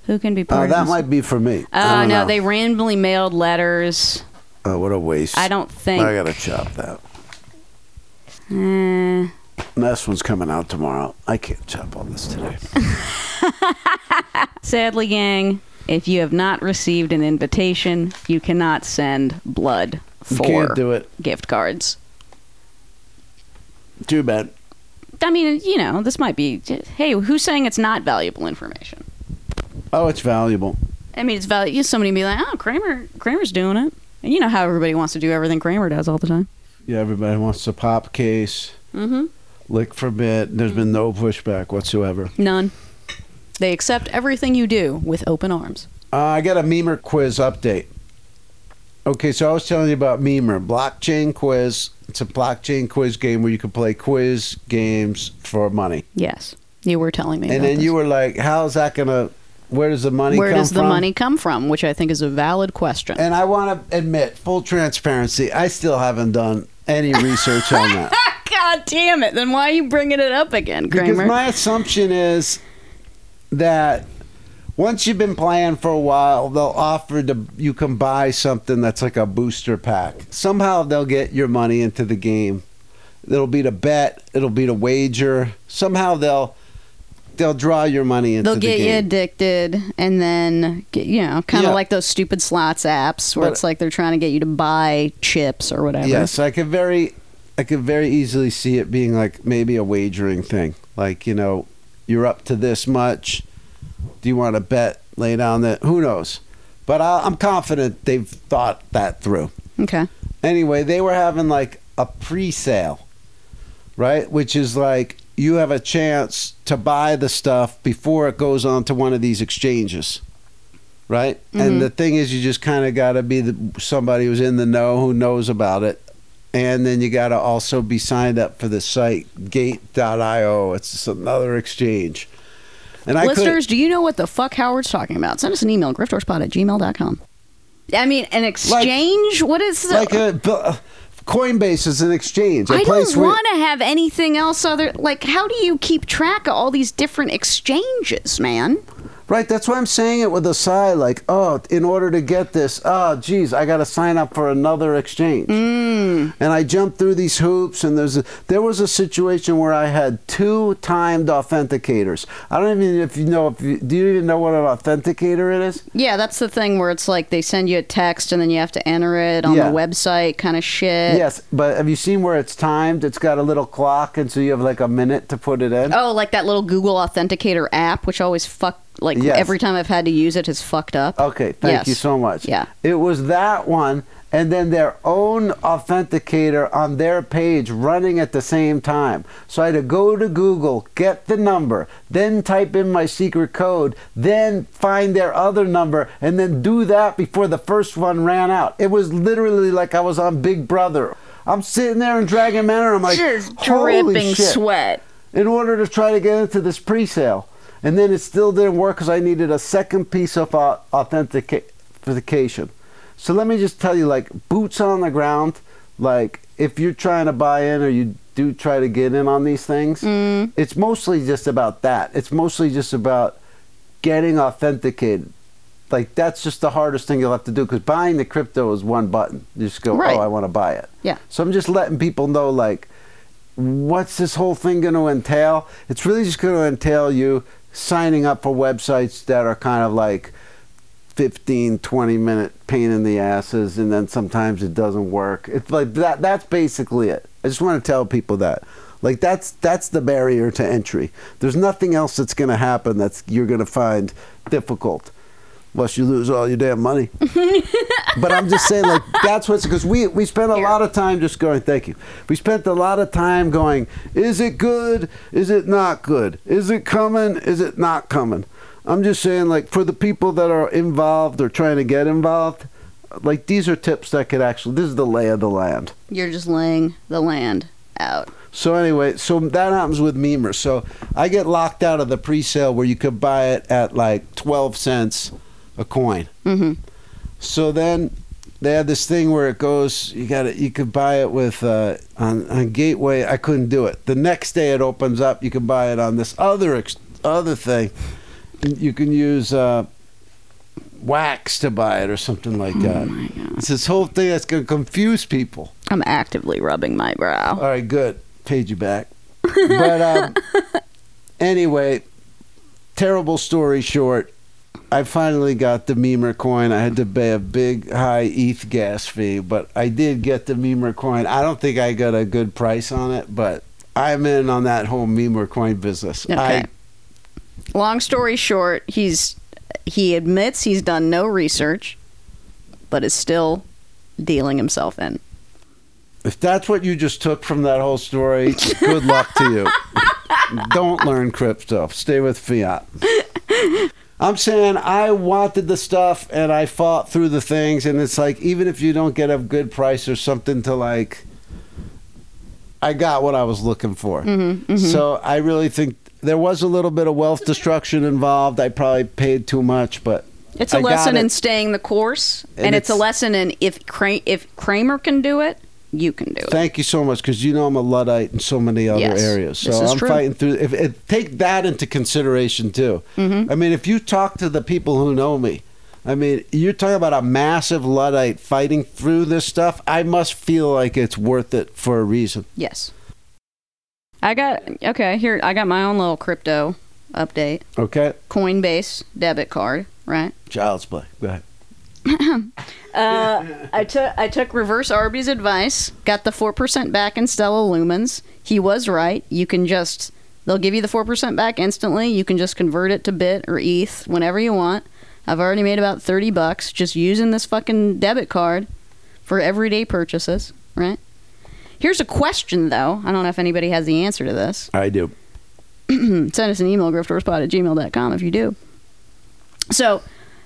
[SPEAKER 2] who can be
[SPEAKER 1] Oh,
[SPEAKER 2] part of
[SPEAKER 1] that
[SPEAKER 2] this?
[SPEAKER 1] might be for me. I
[SPEAKER 2] Oh
[SPEAKER 1] don't
[SPEAKER 2] no,
[SPEAKER 1] know.
[SPEAKER 2] they randomly mailed letters.
[SPEAKER 1] Oh, what a waste.
[SPEAKER 2] I don't think.
[SPEAKER 1] I gotta chop that.
[SPEAKER 2] Uh,
[SPEAKER 1] This one's coming out tomorrow. I can't chop all this today.
[SPEAKER 2] sadly, gang, if you have not received an invitation, you cannot send blood
[SPEAKER 1] You
[SPEAKER 2] for
[SPEAKER 1] can't do it.
[SPEAKER 2] gift cards.
[SPEAKER 1] Too bad.
[SPEAKER 2] I mean, you know, this might be. Hey, who's saying it's not valuable information?
[SPEAKER 1] Oh, it's valuable.
[SPEAKER 2] I mean, it's valuable. Somebody be like, "Oh, Kramer, Kramer's doing it," and you know how everybody wants to do everything Kramer does all the time.
[SPEAKER 1] Yeah, everybody wants to pop case,
[SPEAKER 2] Mm-hmm.
[SPEAKER 1] lick for bit. There's been no pushback whatsoever.
[SPEAKER 2] None. They accept everything you do with open arms.
[SPEAKER 1] Uh, I got a memer quiz update. Okay, so I was telling you about memer blockchain quiz. It's a blockchain quiz game where you can play quiz games for money.
[SPEAKER 2] Yes, you were telling me.
[SPEAKER 1] And
[SPEAKER 2] about
[SPEAKER 1] then
[SPEAKER 2] this.
[SPEAKER 1] you were like, "How's that gonna? Where does the money?
[SPEAKER 2] Where
[SPEAKER 1] come
[SPEAKER 2] does the
[SPEAKER 1] from?
[SPEAKER 2] money come from? Which I think is a valid question.
[SPEAKER 1] And I want to admit, full transparency, I still haven't done any research on that.
[SPEAKER 2] God damn it! Then why are you bringing it up again, Kramer?
[SPEAKER 1] Because my assumption is that once you've been playing for a while, they'll offer to you can buy something that's like a booster pack. Somehow they'll get your money into the game. It'll be to bet. It'll be to wager. Somehow they'll they'll draw your money into
[SPEAKER 2] They'll
[SPEAKER 1] the
[SPEAKER 2] get you
[SPEAKER 1] game.
[SPEAKER 2] addicted, and then get, you know, kind of
[SPEAKER 1] Yeah.
[SPEAKER 2] like those stupid slots apps where
[SPEAKER 1] But-
[SPEAKER 2] it's like they're trying to get you to buy chips or whatever.
[SPEAKER 1] Yes, I could very, I could very easily see it being like maybe a wagering thing. Like you know, you're up to this much. Do you want to bet? Lay down that. Who knows? But I, I'm confident they've thought that through.
[SPEAKER 2] Okay.
[SPEAKER 1] Anyway, they were having like a pre-sale, right? Which is like you have a chance to buy the stuff before it goes on to one of these exchanges. Right?
[SPEAKER 2] Mm-hmm.
[SPEAKER 1] And the thing is you just kind of got to be the, somebody who's in the know who knows about it. And then you got to also be signed up for the site gate.io. It's just another exchange. And I could
[SPEAKER 2] Listeners, do you know what the fuck Howard's talking about? Send us an email, griftorspot at gmail.com. I mean, an exchange? what is the,
[SPEAKER 1] like a bu- Coinbase is an exchange. a
[SPEAKER 2] I
[SPEAKER 1] place
[SPEAKER 2] don't
[SPEAKER 1] where-
[SPEAKER 2] want to have anything else other. Like, how do you keep track of all these different exchanges, man?
[SPEAKER 1] Right, that's why I'm saying it with a sigh, like, oh, in order to get this, oh, geez, I got to sign up for another exchange. And I jumped through these hoops, and there's a, there was a situation where I had two timed authenticators. I don't even if you know if you, do you even know what an authenticator it is?
[SPEAKER 2] Yeah, that's the thing where it's like they send you a text and then you have to enter it on
[SPEAKER 1] Yeah.
[SPEAKER 2] the website, kind of shit.
[SPEAKER 1] yes, but have you seen where it's timed? It's got a little clock, and so you have like a minute to put it in.
[SPEAKER 2] Oh, like that little Google Authenticator app, which always fuck like
[SPEAKER 1] Yes.
[SPEAKER 2] every time I've had to use it has fucked up.
[SPEAKER 1] Okay, thank you
[SPEAKER 2] Yes.
[SPEAKER 1] so much.
[SPEAKER 2] Yeah.
[SPEAKER 1] It was that one and then their own authenticator on their page running at the same time. So I had to go to Google, get the number, then type in my secret code, then find their other number, and then do that before the first one ran out. It was literally like I was on Big Brother. I'm sitting there in Dragon Manor. I'm like,
[SPEAKER 2] Just
[SPEAKER 1] Holy
[SPEAKER 2] dripping
[SPEAKER 1] shit
[SPEAKER 2] sweat.
[SPEAKER 1] in order to try to get into this pre-sale. And then it still didn't work because I needed a second piece of au- authentica- authentication. So let me just tell you, like boots on the ground, like if you're trying to buy in or you do try to get in on these things,
[SPEAKER 2] Mm.
[SPEAKER 1] it's mostly just about that. It's mostly just about getting authenticated. Like that's just the hardest thing you'll have to do because buying the crypto is one button. You just go,
[SPEAKER 2] Right.
[SPEAKER 1] oh, I want to buy it.
[SPEAKER 2] Yeah.
[SPEAKER 1] So I'm just letting people know, like, what's this whole thing going to entail? It's really just going to entail you signing up for websites that are kind of like 15, 20 minute pain in the asses, and then sometimes it doesn't work. It's like that. That's basically it. I just want to tell people that. Like that's that's the barrier to entry. There's nothing else that's going to happen that's you're going to find difficult, unless you lose all your damn money but I'm just saying, like, that's what's because we we spent a lot of time just going. Thank you. We spent a lot of time going. Is it good? Is it not good? Is it coming? Is it not coming? I'm just saying, like, for the people that are involved or trying to get involved, like, these are tips that could actually. This is the lay of the land.
[SPEAKER 2] You're just laying the land out.
[SPEAKER 1] So anyway, so that happens with memers. So I get locked out of the pre-sale where you could buy it at like twelve cents a coin.
[SPEAKER 2] Mhm.
[SPEAKER 1] So then they had this thing where it goes. You got to You could buy it with uh, on, on Gateway. I couldn't do it. The next day it opens up. You can buy it on this other ex- other thing. You can use. Uh, Wax to buy it or something like that. It's this whole thing that's going to confuse people.
[SPEAKER 2] I'm actively rubbing my brow.
[SPEAKER 1] All right, good. Paid you back. But um, anyway, terrible story short. I finally got the Memer coin. I had to pay a big high ETH gas fee, but I did get the Memer coin. I don't think I got a good price on it, but I'm in on that whole Memer coin business.
[SPEAKER 2] Okay.
[SPEAKER 1] I,
[SPEAKER 2] Long story short, he's he admits he's done no research, but is still dealing himself in.
[SPEAKER 1] if that's what you just took from that whole story, good luck to you. Don't learn crypto. Stay with fiat. I'm saying I wanted the stuff and I fought through the things and it's like even if you don't get a good price or something to like I got what I was looking for. So I really think there was a little bit of wealth destruction involved. I probably paid too much, but
[SPEAKER 2] It's a
[SPEAKER 1] I got
[SPEAKER 2] lesson
[SPEAKER 1] it.
[SPEAKER 2] in staying the course, and,
[SPEAKER 1] And
[SPEAKER 2] it's, a
[SPEAKER 1] it's-
[SPEAKER 2] lesson in if Kra- if Kramer can do it, you can do it.
[SPEAKER 1] Thank you so much because you know I'm a luddite in so many other
[SPEAKER 2] Yes,
[SPEAKER 1] areas. So
[SPEAKER 2] this is
[SPEAKER 1] I'm
[SPEAKER 2] true.
[SPEAKER 1] fighting through. If, if take that into consideration too.
[SPEAKER 2] Mm-hmm.
[SPEAKER 1] I mean, if you talk to the people who know me, I mean, you're talking about a massive luddite fighting through this stuff. I must feel like it's worth it for a reason.
[SPEAKER 2] Yes. I got okay. Here I got my own little crypto update.
[SPEAKER 1] Okay,
[SPEAKER 2] Coinbase debit card, right?
[SPEAKER 1] child's play. Go ahead.
[SPEAKER 2] Uh, I took I took reverse Arby's advice. Got the four percent back in Stella Lumens. He was right. You can just they'll give you the four percent back instantly. You can just convert it to Bit or ETH whenever you want. I've already made about thirty bucks just using this fucking debit card for everyday purchases. Right? Here's a question though. I don't know if anybody has the answer to this.
[SPEAKER 1] I do.
[SPEAKER 2] send us an email grifterspot at gmail.com if you do so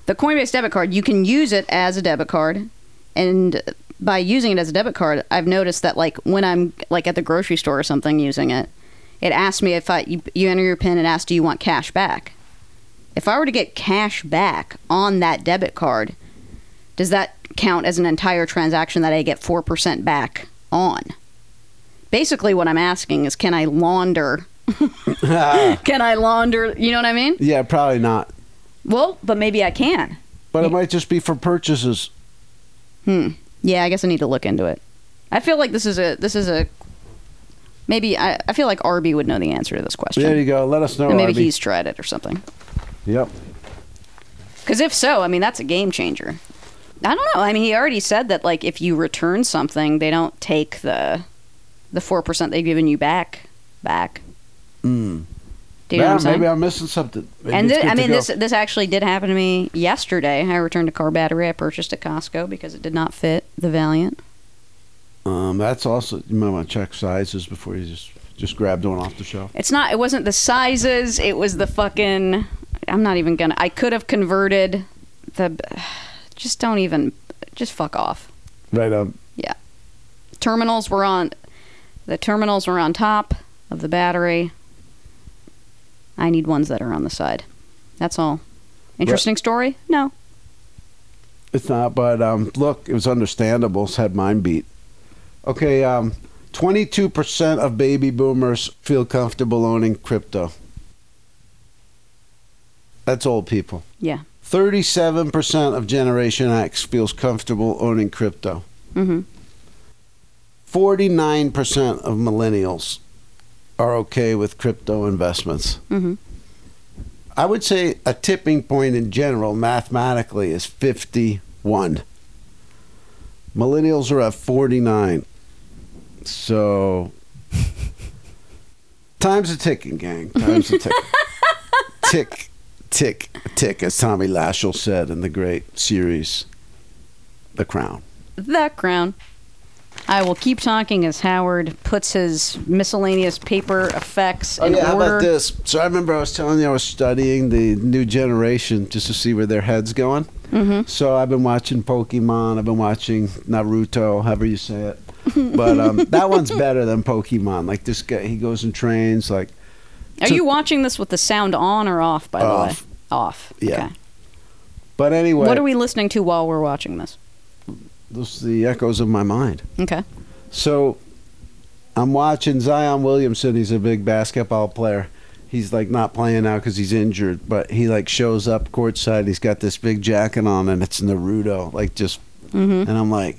[SPEAKER 2] the coinbase debit card you can use it as a debit card and by using it as a debit card i've noticed that like when i'm like at the grocery store or something using it it asks me if i you, you enter your pin and asks do you want cash back if i were to get cash back on that debit card does that count as an entire transaction that i get 4% back on basically what i'm asking is can i launder can I launder? You know what I mean?
[SPEAKER 1] Yeah, probably not.
[SPEAKER 2] Well, but maybe I can.
[SPEAKER 1] But it might just be for purchases.
[SPEAKER 2] Hmm. Yeah, I guess I need to look into it. I feel like this is a this is a maybe I, I feel like Arby would know the answer to this question.
[SPEAKER 1] There you go. Let us know.
[SPEAKER 2] and maybe
[SPEAKER 1] Arby.
[SPEAKER 2] he's tried it or something.
[SPEAKER 1] Yep.
[SPEAKER 2] Because if so, I mean that's a game changer. I don't know. I mean, he already said that like if you return something, they don't take the the four percent they've given you back back.
[SPEAKER 1] Mm.
[SPEAKER 2] Do you know what I'm saying?
[SPEAKER 1] maybe I'm missing something. Maybe
[SPEAKER 2] and
[SPEAKER 1] it's
[SPEAKER 2] thi-
[SPEAKER 1] good
[SPEAKER 2] I
[SPEAKER 1] to
[SPEAKER 2] mean,
[SPEAKER 1] go.
[SPEAKER 2] this this actually did happen to me yesterday. I returned a car battery I purchased at Costco because it did not fit the Valiant.
[SPEAKER 1] Um, that's also you might want to check sizes before you just just grab one off the shelf.
[SPEAKER 2] It's not. It wasn't the sizes. It was the fucking. I'm not even gonna. I could have converted the. Just don't even. Just fuck off.
[SPEAKER 1] Right up.
[SPEAKER 2] Terminals were on. The terminals were on top of the battery. I need ones that are on the side. That's all. Interesting story? No.
[SPEAKER 1] It's not, but um, look, it was understandable. It's had mine beat. Okay, um, 22% of baby boomers feel comfortable owning crypto. That's old people.
[SPEAKER 2] Yeah.
[SPEAKER 1] 37% of Generation X feels comfortable owning crypto.
[SPEAKER 2] Mm-hmm.
[SPEAKER 1] 49% of millennials are okay with crypto investments.
[SPEAKER 2] Mm-hmm.
[SPEAKER 1] I would say a tipping point in general, mathematically, is 51. Millennials are at 49. So, time's a ticking, gang. Time's a tick. tick, tick, tick, as Tommy Lashell said in the great series, The Crown.
[SPEAKER 2] The crown. I will keep talking as Howard puts his miscellaneous paper effects in
[SPEAKER 1] oh, yeah,
[SPEAKER 2] order.
[SPEAKER 1] How about this? So I remember I was telling you I was studying the new generation just to see where their head's going. Mm-hmm. So I've been watching Pokemon. I've been watching Naruto, however you say it. But um, that one's better than Pokemon. Like this guy, he goes and trains. Like
[SPEAKER 2] Are
[SPEAKER 1] So-
[SPEAKER 2] you watching this with the sound on or off, by
[SPEAKER 1] Off.
[SPEAKER 2] the way? Off.
[SPEAKER 1] Yeah.
[SPEAKER 2] Okay.
[SPEAKER 1] but anyway,
[SPEAKER 2] What are we listening to while we're watching this?
[SPEAKER 1] Those are the echoes of my mind.
[SPEAKER 2] Okay.
[SPEAKER 1] So I'm watching Zion Williamson. He's a big basketball player. He's like not playing now because he's injured, but he like shows up courtside. He's got this big jacket on, and it's Naruto, like just.
[SPEAKER 2] Mm-hmm.
[SPEAKER 1] And I'm like,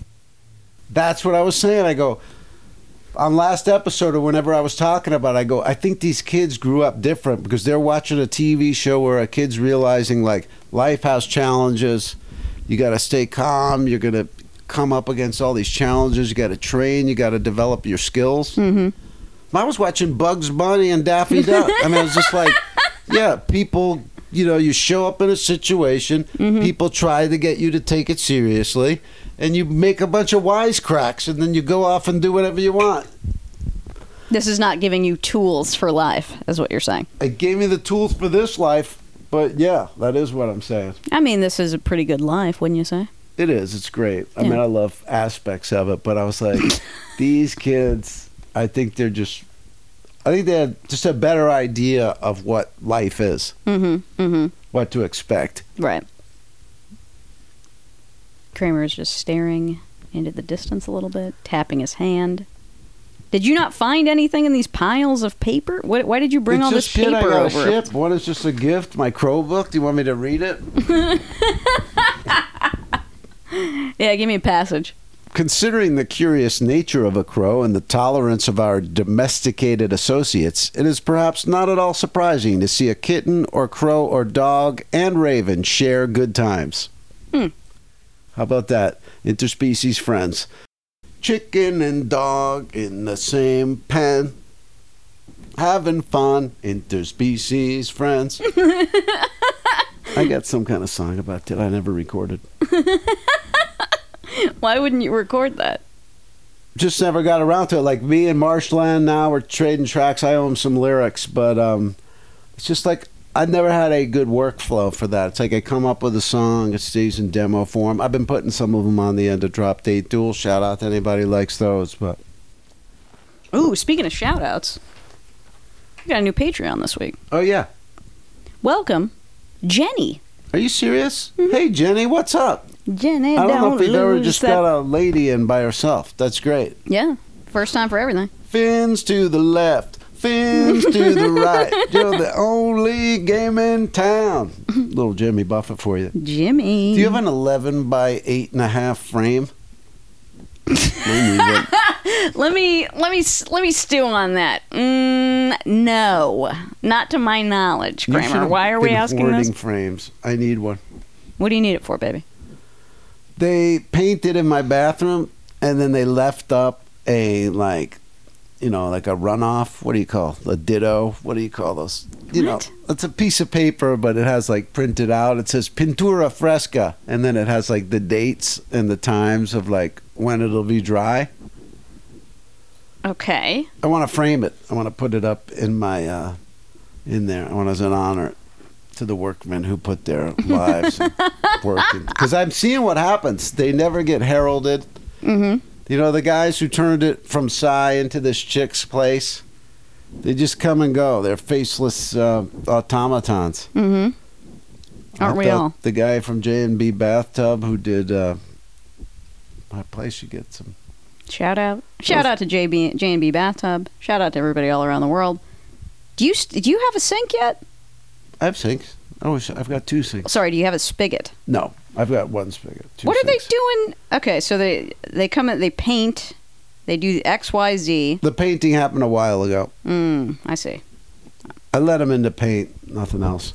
[SPEAKER 1] that's what I was saying. I go on last episode or whenever I was talking about. It, I go, I think these kids grew up different because they're watching a TV show where a kid's realizing like life house challenges. You got to stay calm. You're gonna come up against all these challenges. You got to train. You got to develop your skills. Mm-hmm. I was watching Bugs Bunny and Daffy Duck. I mean, it was just like, yeah, people. You know, you show up in a situation. People try to get you to take it seriously, and you make a bunch of wisecracks, and then you go off and do whatever you want.
[SPEAKER 2] This is not giving you tools for life, is what you're saying.
[SPEAKER 1] It gave me the tools for this life, but yeah, that is what I'm saying.
[SPEAKER 2] I mean, this is a pretty good life, wouldn't you say?
[SPEAKER 1] It is. It's great. I mean,
[SPEAKER 2] Yeah.
[SPEAKER 1] I love aspects of it, but I was like, these kids, I think they're just, I think they have just a better idea of what life is,
[SPEAKER 2] Mm-hmm. Mm-hmm.
[SPEAKER 1] what to expect.
[SPEAKER 2] Right. Kramer is just staring into the distance a little bit, tapping his hand. Did you not find anything in these piles of paper? What, why did you bring
[SPEAKER 1] It's
[SPEAKER 2] all this
[SPEAKER 1] just shit I
[SPEAKER 2] paper
[SPEAKER 1] gotta
[SPEAKER 2] over?
[SPEAKER 1] Ship. One is just a gift, my crow book. Do you want me to read it?
[SPEAKER 2] Yeah, give me a passage.
[SPEAKER 1] Considering the curious nature of a crow and the tolerance of our domesticated associates, it is perhaps not at all surprising to see a kitten or crow or dog and raven share good times.
[SPEAKER 2] Hmm.
[SPEAKER 1] How about that? Interspecies friends. Chicken and dog in the same pen. Having fun, interspecies friends. I got some kind of song about that I never recorded.
[SPEAKER 2] Why wouldn't you record that?
[SPEAKER 1] just never got around to it. Like me and Marshland now we're trading tracks. I owe him some lyrics, but um, it's just like I never had a good workflow for that. It's like I come up with a song, it stays in demo form. I've been putting some of them on the end of Drop Date Duel. Shout out to anybody who likes those, but
[SPEAKER 2] Ooh, speaking of shout outs, we got a new Patreon this week.
[SPEAKER 1] oh yeah,
[SPEAKER 2] Welcome, Jenny.
[SPEAKER 1] are you serious? Hey Jenny, what's up?
[SPEAKER 2] Jenny,
[SPEAKER 1] I don't know if
[SPEAKER 2] Mm-hmm. lose
[SPEAKER 1] you've ever just
[SPEAKER 2] that-
[SPEAKER 1] got a lady in by herself. That's great.
[SPEAKER 2] Yeah, first time for everything.
[SPEAKER 1] Fins to the left, fins to the right. You're the only game in town. Little Jimmy Buffett for you.
[SPEAKER 2] Jimmy.
[SPEAKER 1] Do you have an 11 by 8 and a half frame? Mine is like-
[SPEAKER 2] let me let me s- let me stew on that. Mm, no, not to my knowledge,
[SPEAKER 1] You should
[SPEAKER 2] Kramer.
[SPEAKER 1] have
[SPEAKER 2] Why are we
[SPEAKER 1] been
[SPEAKER 2] asking this?
[SPEAKER 1] hoarding frames. I need one.
[SPEAKER 2] What do you need it for, baby?
[SPEAKER 1] They painted in my bathroom and then they left up a like you know, like a runoff. What do you call a ditto? What do you call those? You
[SPEAKER 2] What?
[SPEAKER 1] know, it's a piece of paper, but it has like printed out. It says Pintura Fresca, and then it has like the dates and the times of like when it'll be dry.
[SPEAKER 2] Okay.
[SPEAKER 1] I want to frame it. I want to put it up in my uh, in there. I want as an honor to the workmen who put their lives and work because I'm seeing what happens. They never get heralded.
[SPEAKER 2] Mm-hmm.
[SPEAKER 1] You know the guys who turned it from Psy into this chick's place. They just come and go. They're faceless uh, automatons.
[SPEAKER 2] Mm-hmm. Aren't
[SPEAKER 1] I
[SPEAKER 2] we
[SPEAKER 1] thought
[SPEAKER 2] all?
[SPEAKER 1] The guy from J and B Bathtub who did uh, my place should get some.
[SPEAKER 2] Shout out. Shout out to JB J and B Bathtub. Shout out to everybody all around the world. Do you st- do you have a sink yet?
[SPEAKER 1] I have sinks. I wish I've got two sinks.
[SPEAKER 2] Sorry, do you have a spigot?
[SPEAKER 1] No, I've got one spigot. Two
[SPEAKER 2] what are
[SPEAKER 1] sinks.
[SPEAKER 2] they doing? Okay, so they they come in, they paint, they do X Y Z.
[SPEAKER 1] The painting happened a while ago.
[SPEAKER 2] Mm, I see.
[SPEAKER 1] I let him in to paint, nothing else.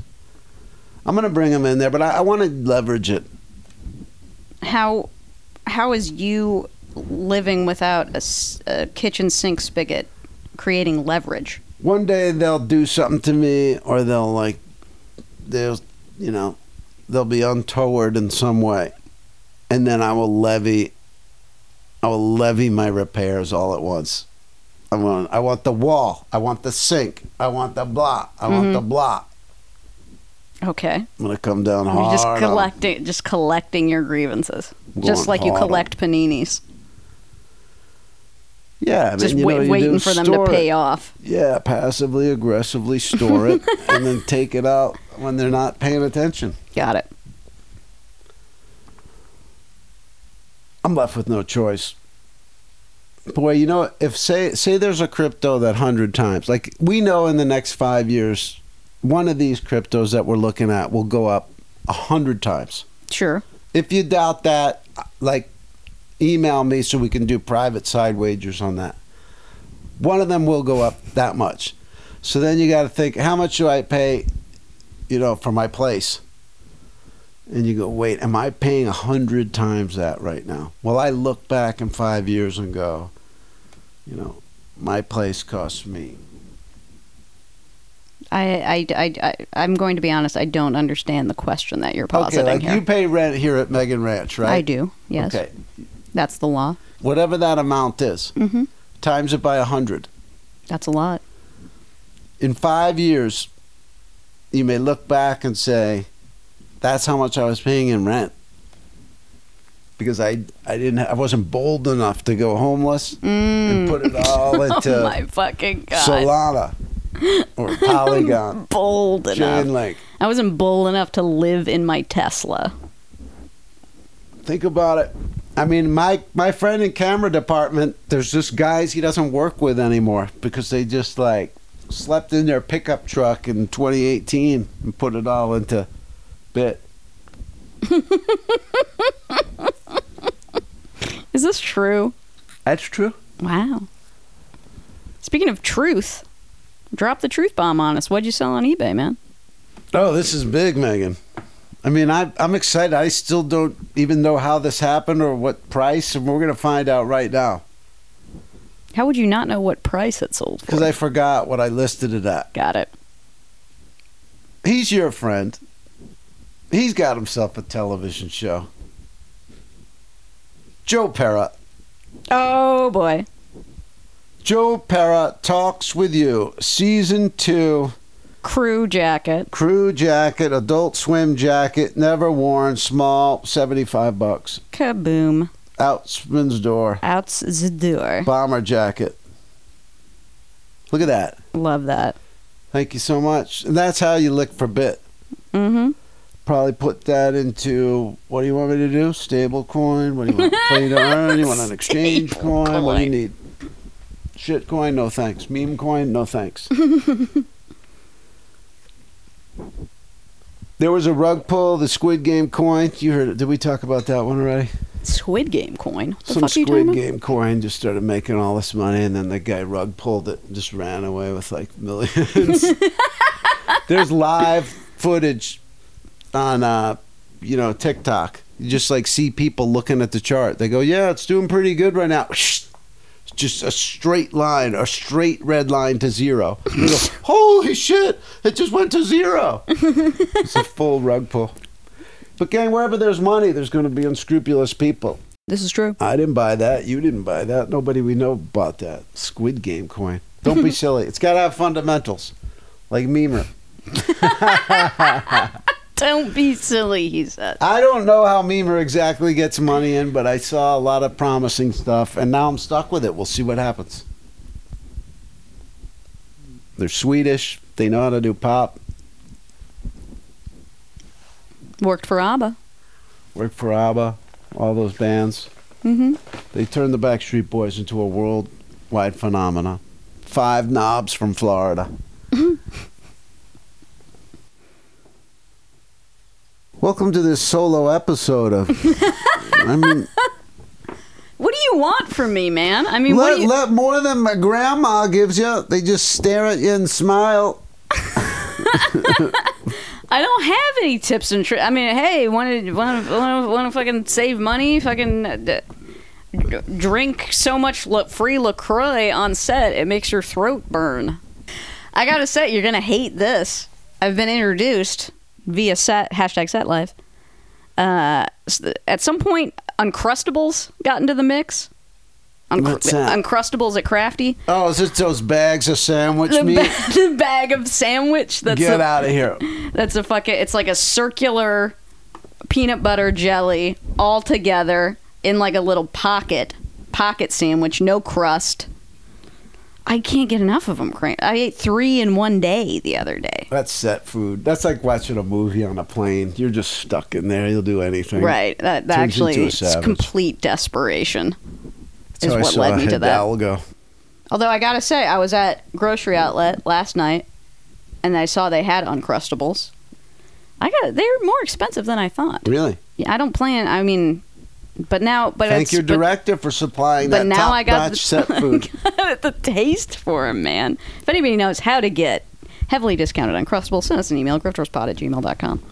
[SPEAKER 1] I'm gonna bring him in there, but I, I want to leverage it.
[SPEAKER 2] How how is you living without a, s- a kitchen sink spigot creating leverage?
[SPEAKER 1] One day they'll do something to me, or they'll like, they'll, you know, they'll be untoward in some way, and then I will levy, I will levy my repairs all at once. I want, I want the wall, I want the sink, I want the blah, I want
[SPEAKER 2] Mm-hmm.
[SPEAKER 1] the blah.
[SPEAKER 2] Okay,
[SPEAKER 1] I'm gonna come down
[SPEAKER 2] you're
[SPEAKER 1] hard.
[SPEAKER 2] just
[SPEAKER 1] on 'em.
[SPEAKER 2] collecting just collecting your grievances,
[SPEAKER 1] I'm
[SPEAKER 2] just
[SPEAKER 1] going
[SPEAKER 2] like you
[SPEAKER 1] hard on 'em.
[SPEAKER 2] collect paninis,
[SPEAKER 1] Yeah, I mean,
[SPEAKER 2] just
[SPEAKER 1] you know,
[SPEAKER 2] wait,
[SPEAKER 1] you
[SPEAKER 2] waiting
[SPEAKER 1] do
[SPEAKER 2] for them to
[SPEAKER 1] store it.
[SPEAKER 2] pay off.
[SPEAKER 1] Yeah, passively aggressively store it and then take it out when they're not paying attention.
[SPEAKER 2] Got it.
[SPEAKER 1] I'm left with no choice. Boy, you know, if say say there's a crypto that hundred times, like we know in the next five years, one of these cryptos that we're looking at will go up a hundred times.
[SPEAKER 2] Sure.
[SPEAKER 1] If you doubt that, like, email me so we can do private side wagers on that. One of them will go up that much. So then you got to think, how much do I pay, you know, for my place? And you go, wait, am I paying a hundred times that right now? Well, I look back in five years and go, you know, my place costs me.
[SPEAKER 2] I, I, I, I, am going to be honest. I don't understand the question that you're
[SPEAKER 1] Okay,
[SPEAKER 2] positing
[SPEAKER 1] like
[SPEAKER 2] here.
[SPEAKER 1] you pay rent here at Megan Ranch, right?
[SPEAKER 2] I do. Yes.
[SPEAKER 1] Okay,
[SPEAKER 2] That's the law.
[SPEAKER 1] whatever that amount is,
[SPEAKER 2] hmm
[SPEAKER 1] times it by a hundred.
[SPEAKER 2] That's a lot.
[SPEAKER 1] in five years, you may look back and say, "That's how much I was paying in rent," because I I didn't I wasn't bold enough to go homeless and put it all
[SPEAKER 2] Mm. oh
[SPEAKER 1] into
[SPEAKER 2] my fucking god.
[SPEAKER 1] Solana or Polygon,
[SPEAKER 2] bold enough.
[SPEAKER 1] Chain Link.
[SPEAKER 2] I wasn't bold enough to live in my Tesla.
[SPEAKER 1] Think about it. I mean, my my friend in camera department, there's just guys he doesn't work with anymore because they just like slept in their pickup truck in 2018 and put it all into bit.
[SPEAKER 2] Is this true?
[SPEAKER 1] That's true.
[SPEAKER 2] Wow. Speaking of truth, drop the truth bomb on us. What'd you sell on eBay, man?
[SPEAKER 1] Oh, this is big, Megan. I mean, I, I'm excited. I still don't even know how this happened or what price, and we're going to find out right now
[SPEAKER 2] How would you not know what price it sold for?
[SPEAKER 1] because I forgot what I listed it at.
[SPEAKER 2] Got it.
[SPEAKER 1] He's your friend. He's got himself a television show. Joe Para.
[SPEAKER 2] Oh boy.
[SPEAKER 1] Joe Para talks with you. Season two.
[SPEAKER 2] Crew jacket.
[SPEAKER 1] Crew jacket, adult swim jacket, never worn, small, 75 bucks.
[SPEAKER 2] Kaboom.
[SPEAKER 1] Outsman's door.
[SPEAKER 2] Out the door.
[SPEAKER 1] bomber jacket. Look at that.
[SPEAKER 2] Love that.
[SPEAKER 1] Thank you so much. And that's how you look for bit.
[SPEAKER 2] Mm-hmm.
[SPEAKER 1] Probably put that into what do you want me to do? Stable coin? What do you want? Play to earn? You want an exchange
[SPEAKER 2] Stable
[SPEAKER 1] coin? What do you
[SPEAKER 2] coin.
[SPEAKER 1] need? Shit coin? No thanks. Meme coin? No thanks. there was a rug pull, the Squid Game coin. You heard it. Did we talk about that one already?
[SPEAKER 2] Squid Game coin. What the
[SPEAKER 1] some
[SPEAKER 2] fuck are you talking
[SPEAKER 1] Squid
[SPEAKER 2] about?
[SPEAKER 1] Game coin just started making all this money, and then the guy rug pulled it, and just ran away with like millions. There's live footage on, uh, you know, TikTok. You just like see people looking at the chart. They go, "Yeah, it's doing pretty good right now." just a straight line, a straight red line to zero. You go, Holy shit! It just went to zero. it's a full rug pull. But gang, wherever there's money, there's going to be unscrupulous people.
[SPEAKER 2] This is true.
[SPEAKER 1] I didn't buy that. You didn't buy that. Nobody we know bought that Squid Game coin. Don't be silly. It's got to have fundamentals, like Memer.
[SPEAKER 2] Don't be silly, he said.
[SPEAKER 1] I don't know how Memer exactly gets money in, but I saw a lot of promising stuff, and now I'm stuck with it. We'll see what happens. They're Swedish. They know how to do pop.
[SPEAKER 2] Worked for ABBA.
[SPEAKER 1] Work for ABBA. All those bands.
[SPEAKER 2] Mm-hmm.
[SPEAKER 1] They turned the Backstreet Boys into a worldwide phenomenon. Five knobs from Florida.
[SPEAKER 2] Mm-hmm.
[SPEAKER 1] Welcome to this solo episode of. I mean,
[SPEAKER 2] What do you want from me, man? I mean, what
[SPEAKER 1] let,
[SPEAKER 2] do you...
[SPEAKER 1] let more than my grandma gives you. They just stare at you and smile.
[SPEAKER 2] I don't have any tips and tricks. I mean, hey, want to want to want to fucking save money? Fucking uh, d- d- drink so much la- free Lacroix on set it makes your throat burn. I gotta say, you're gonna hate this. I've been introduced via set hashtag set life. Uh, s- at some point, Uncrustables got into the mix. Uncru-
[SPEAKER 1] What's that?
[SPEAKER 2] Uncrustables at Crafty.
[SPEAKER 1] Oh, is it those bags of sandwich
[SPEAKER 2] The,
[SPEAKER 1] meat?
[SPEAKER 2] ba- the bag of sandwich. That's
[SPEAKER 1] Get
[SPEAKER 2] a-
[SPEAKER 1] out of here.
[SPEAKER 2] That's a fucking. It's like a circular peanut butter jelly all together in like a little pocket pocket sandwich, no crust. I can't get enough of them. Cran- I ate three in one day the other day.
[SPEAKER 1] That's set food. That's like watching a movie on a plane. You're just stuck in there. You'll do anything.
[SPEAKER 2] Right. That, that
[SPEAKER 1] Turns
[SPEAKER 2] actually
[SPEAKER 1] into a
[SPEAKER 2] it's
[SPEAKER 1] savage.
[SPEAKER 2] complete desperation.
[SPEAKER 1] That's how I
[SPEAKER 2] is what
[SPEAKER 1] saw
[SPEAKER 2] led me to that.
[SPEAKER 1] Hidalgo.
[SPEAKER 2] Although I gotta say, I was at grocery outlet last night, and I saw they had Uncrustables. I got they're more expensive than I thought.
[SPEAKER 1] Really?
[SPEAKER 2] Yeah, I don't plan. I mean, but now, but
[SPEAKER 1] Thank
[SPEAKER 2] it's,
[SPEAKER 1] your
[SPEAKER 2] but-
[SPEAKER 1] director for supplying
[SPEAKER 2] but
[SPEAKER 1] that
[SPEAKER 2] now
[SPEAKER 1] top
[SPEAKER 2] I
[SPEAKER 1] notch
[SPEAKER 2] got the-
[SPEAKER 1] set food.
[SPEAKER 2] the taste for him, man. If anybody knows how to get heavily discounted Uncrustables, send us an email, grifterspot at gmail.com.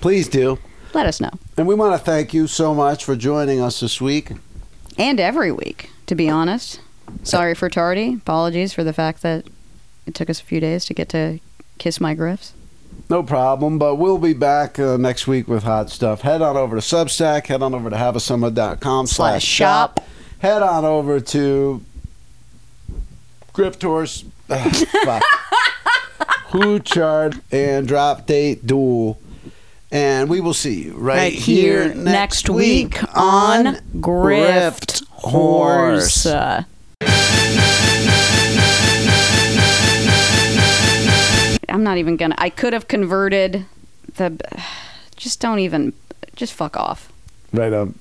[SPEAKER 1] Please do.
[SPEAKER 2] Let us know.
[SPEAKER 1] And we want to thank you so much for joining us this week.
[SPEAKER 2] And every week, to be honest. Sorry for tardy. Apologies for the fact that it took us a few days to get to kiss my griffs.
[SPEAKER 1] No problem, but we'll be back uh, next week with hot stuff. Head on over to Substack. Head on over to haveasummer.com
[SPEAKER 2] Slash
[SPEAKER 1] slash shop. Head on over to Grip Tours. Ugh, fuck. Who Chart and Drop Date Duel. And we will see you right, here, next week on Grift Horse.
[SPEAKER 2] Horse. I'm not even gonna. I could have converted the. Just don't even. Just fuck off.
[SPEAKER 1] Right on.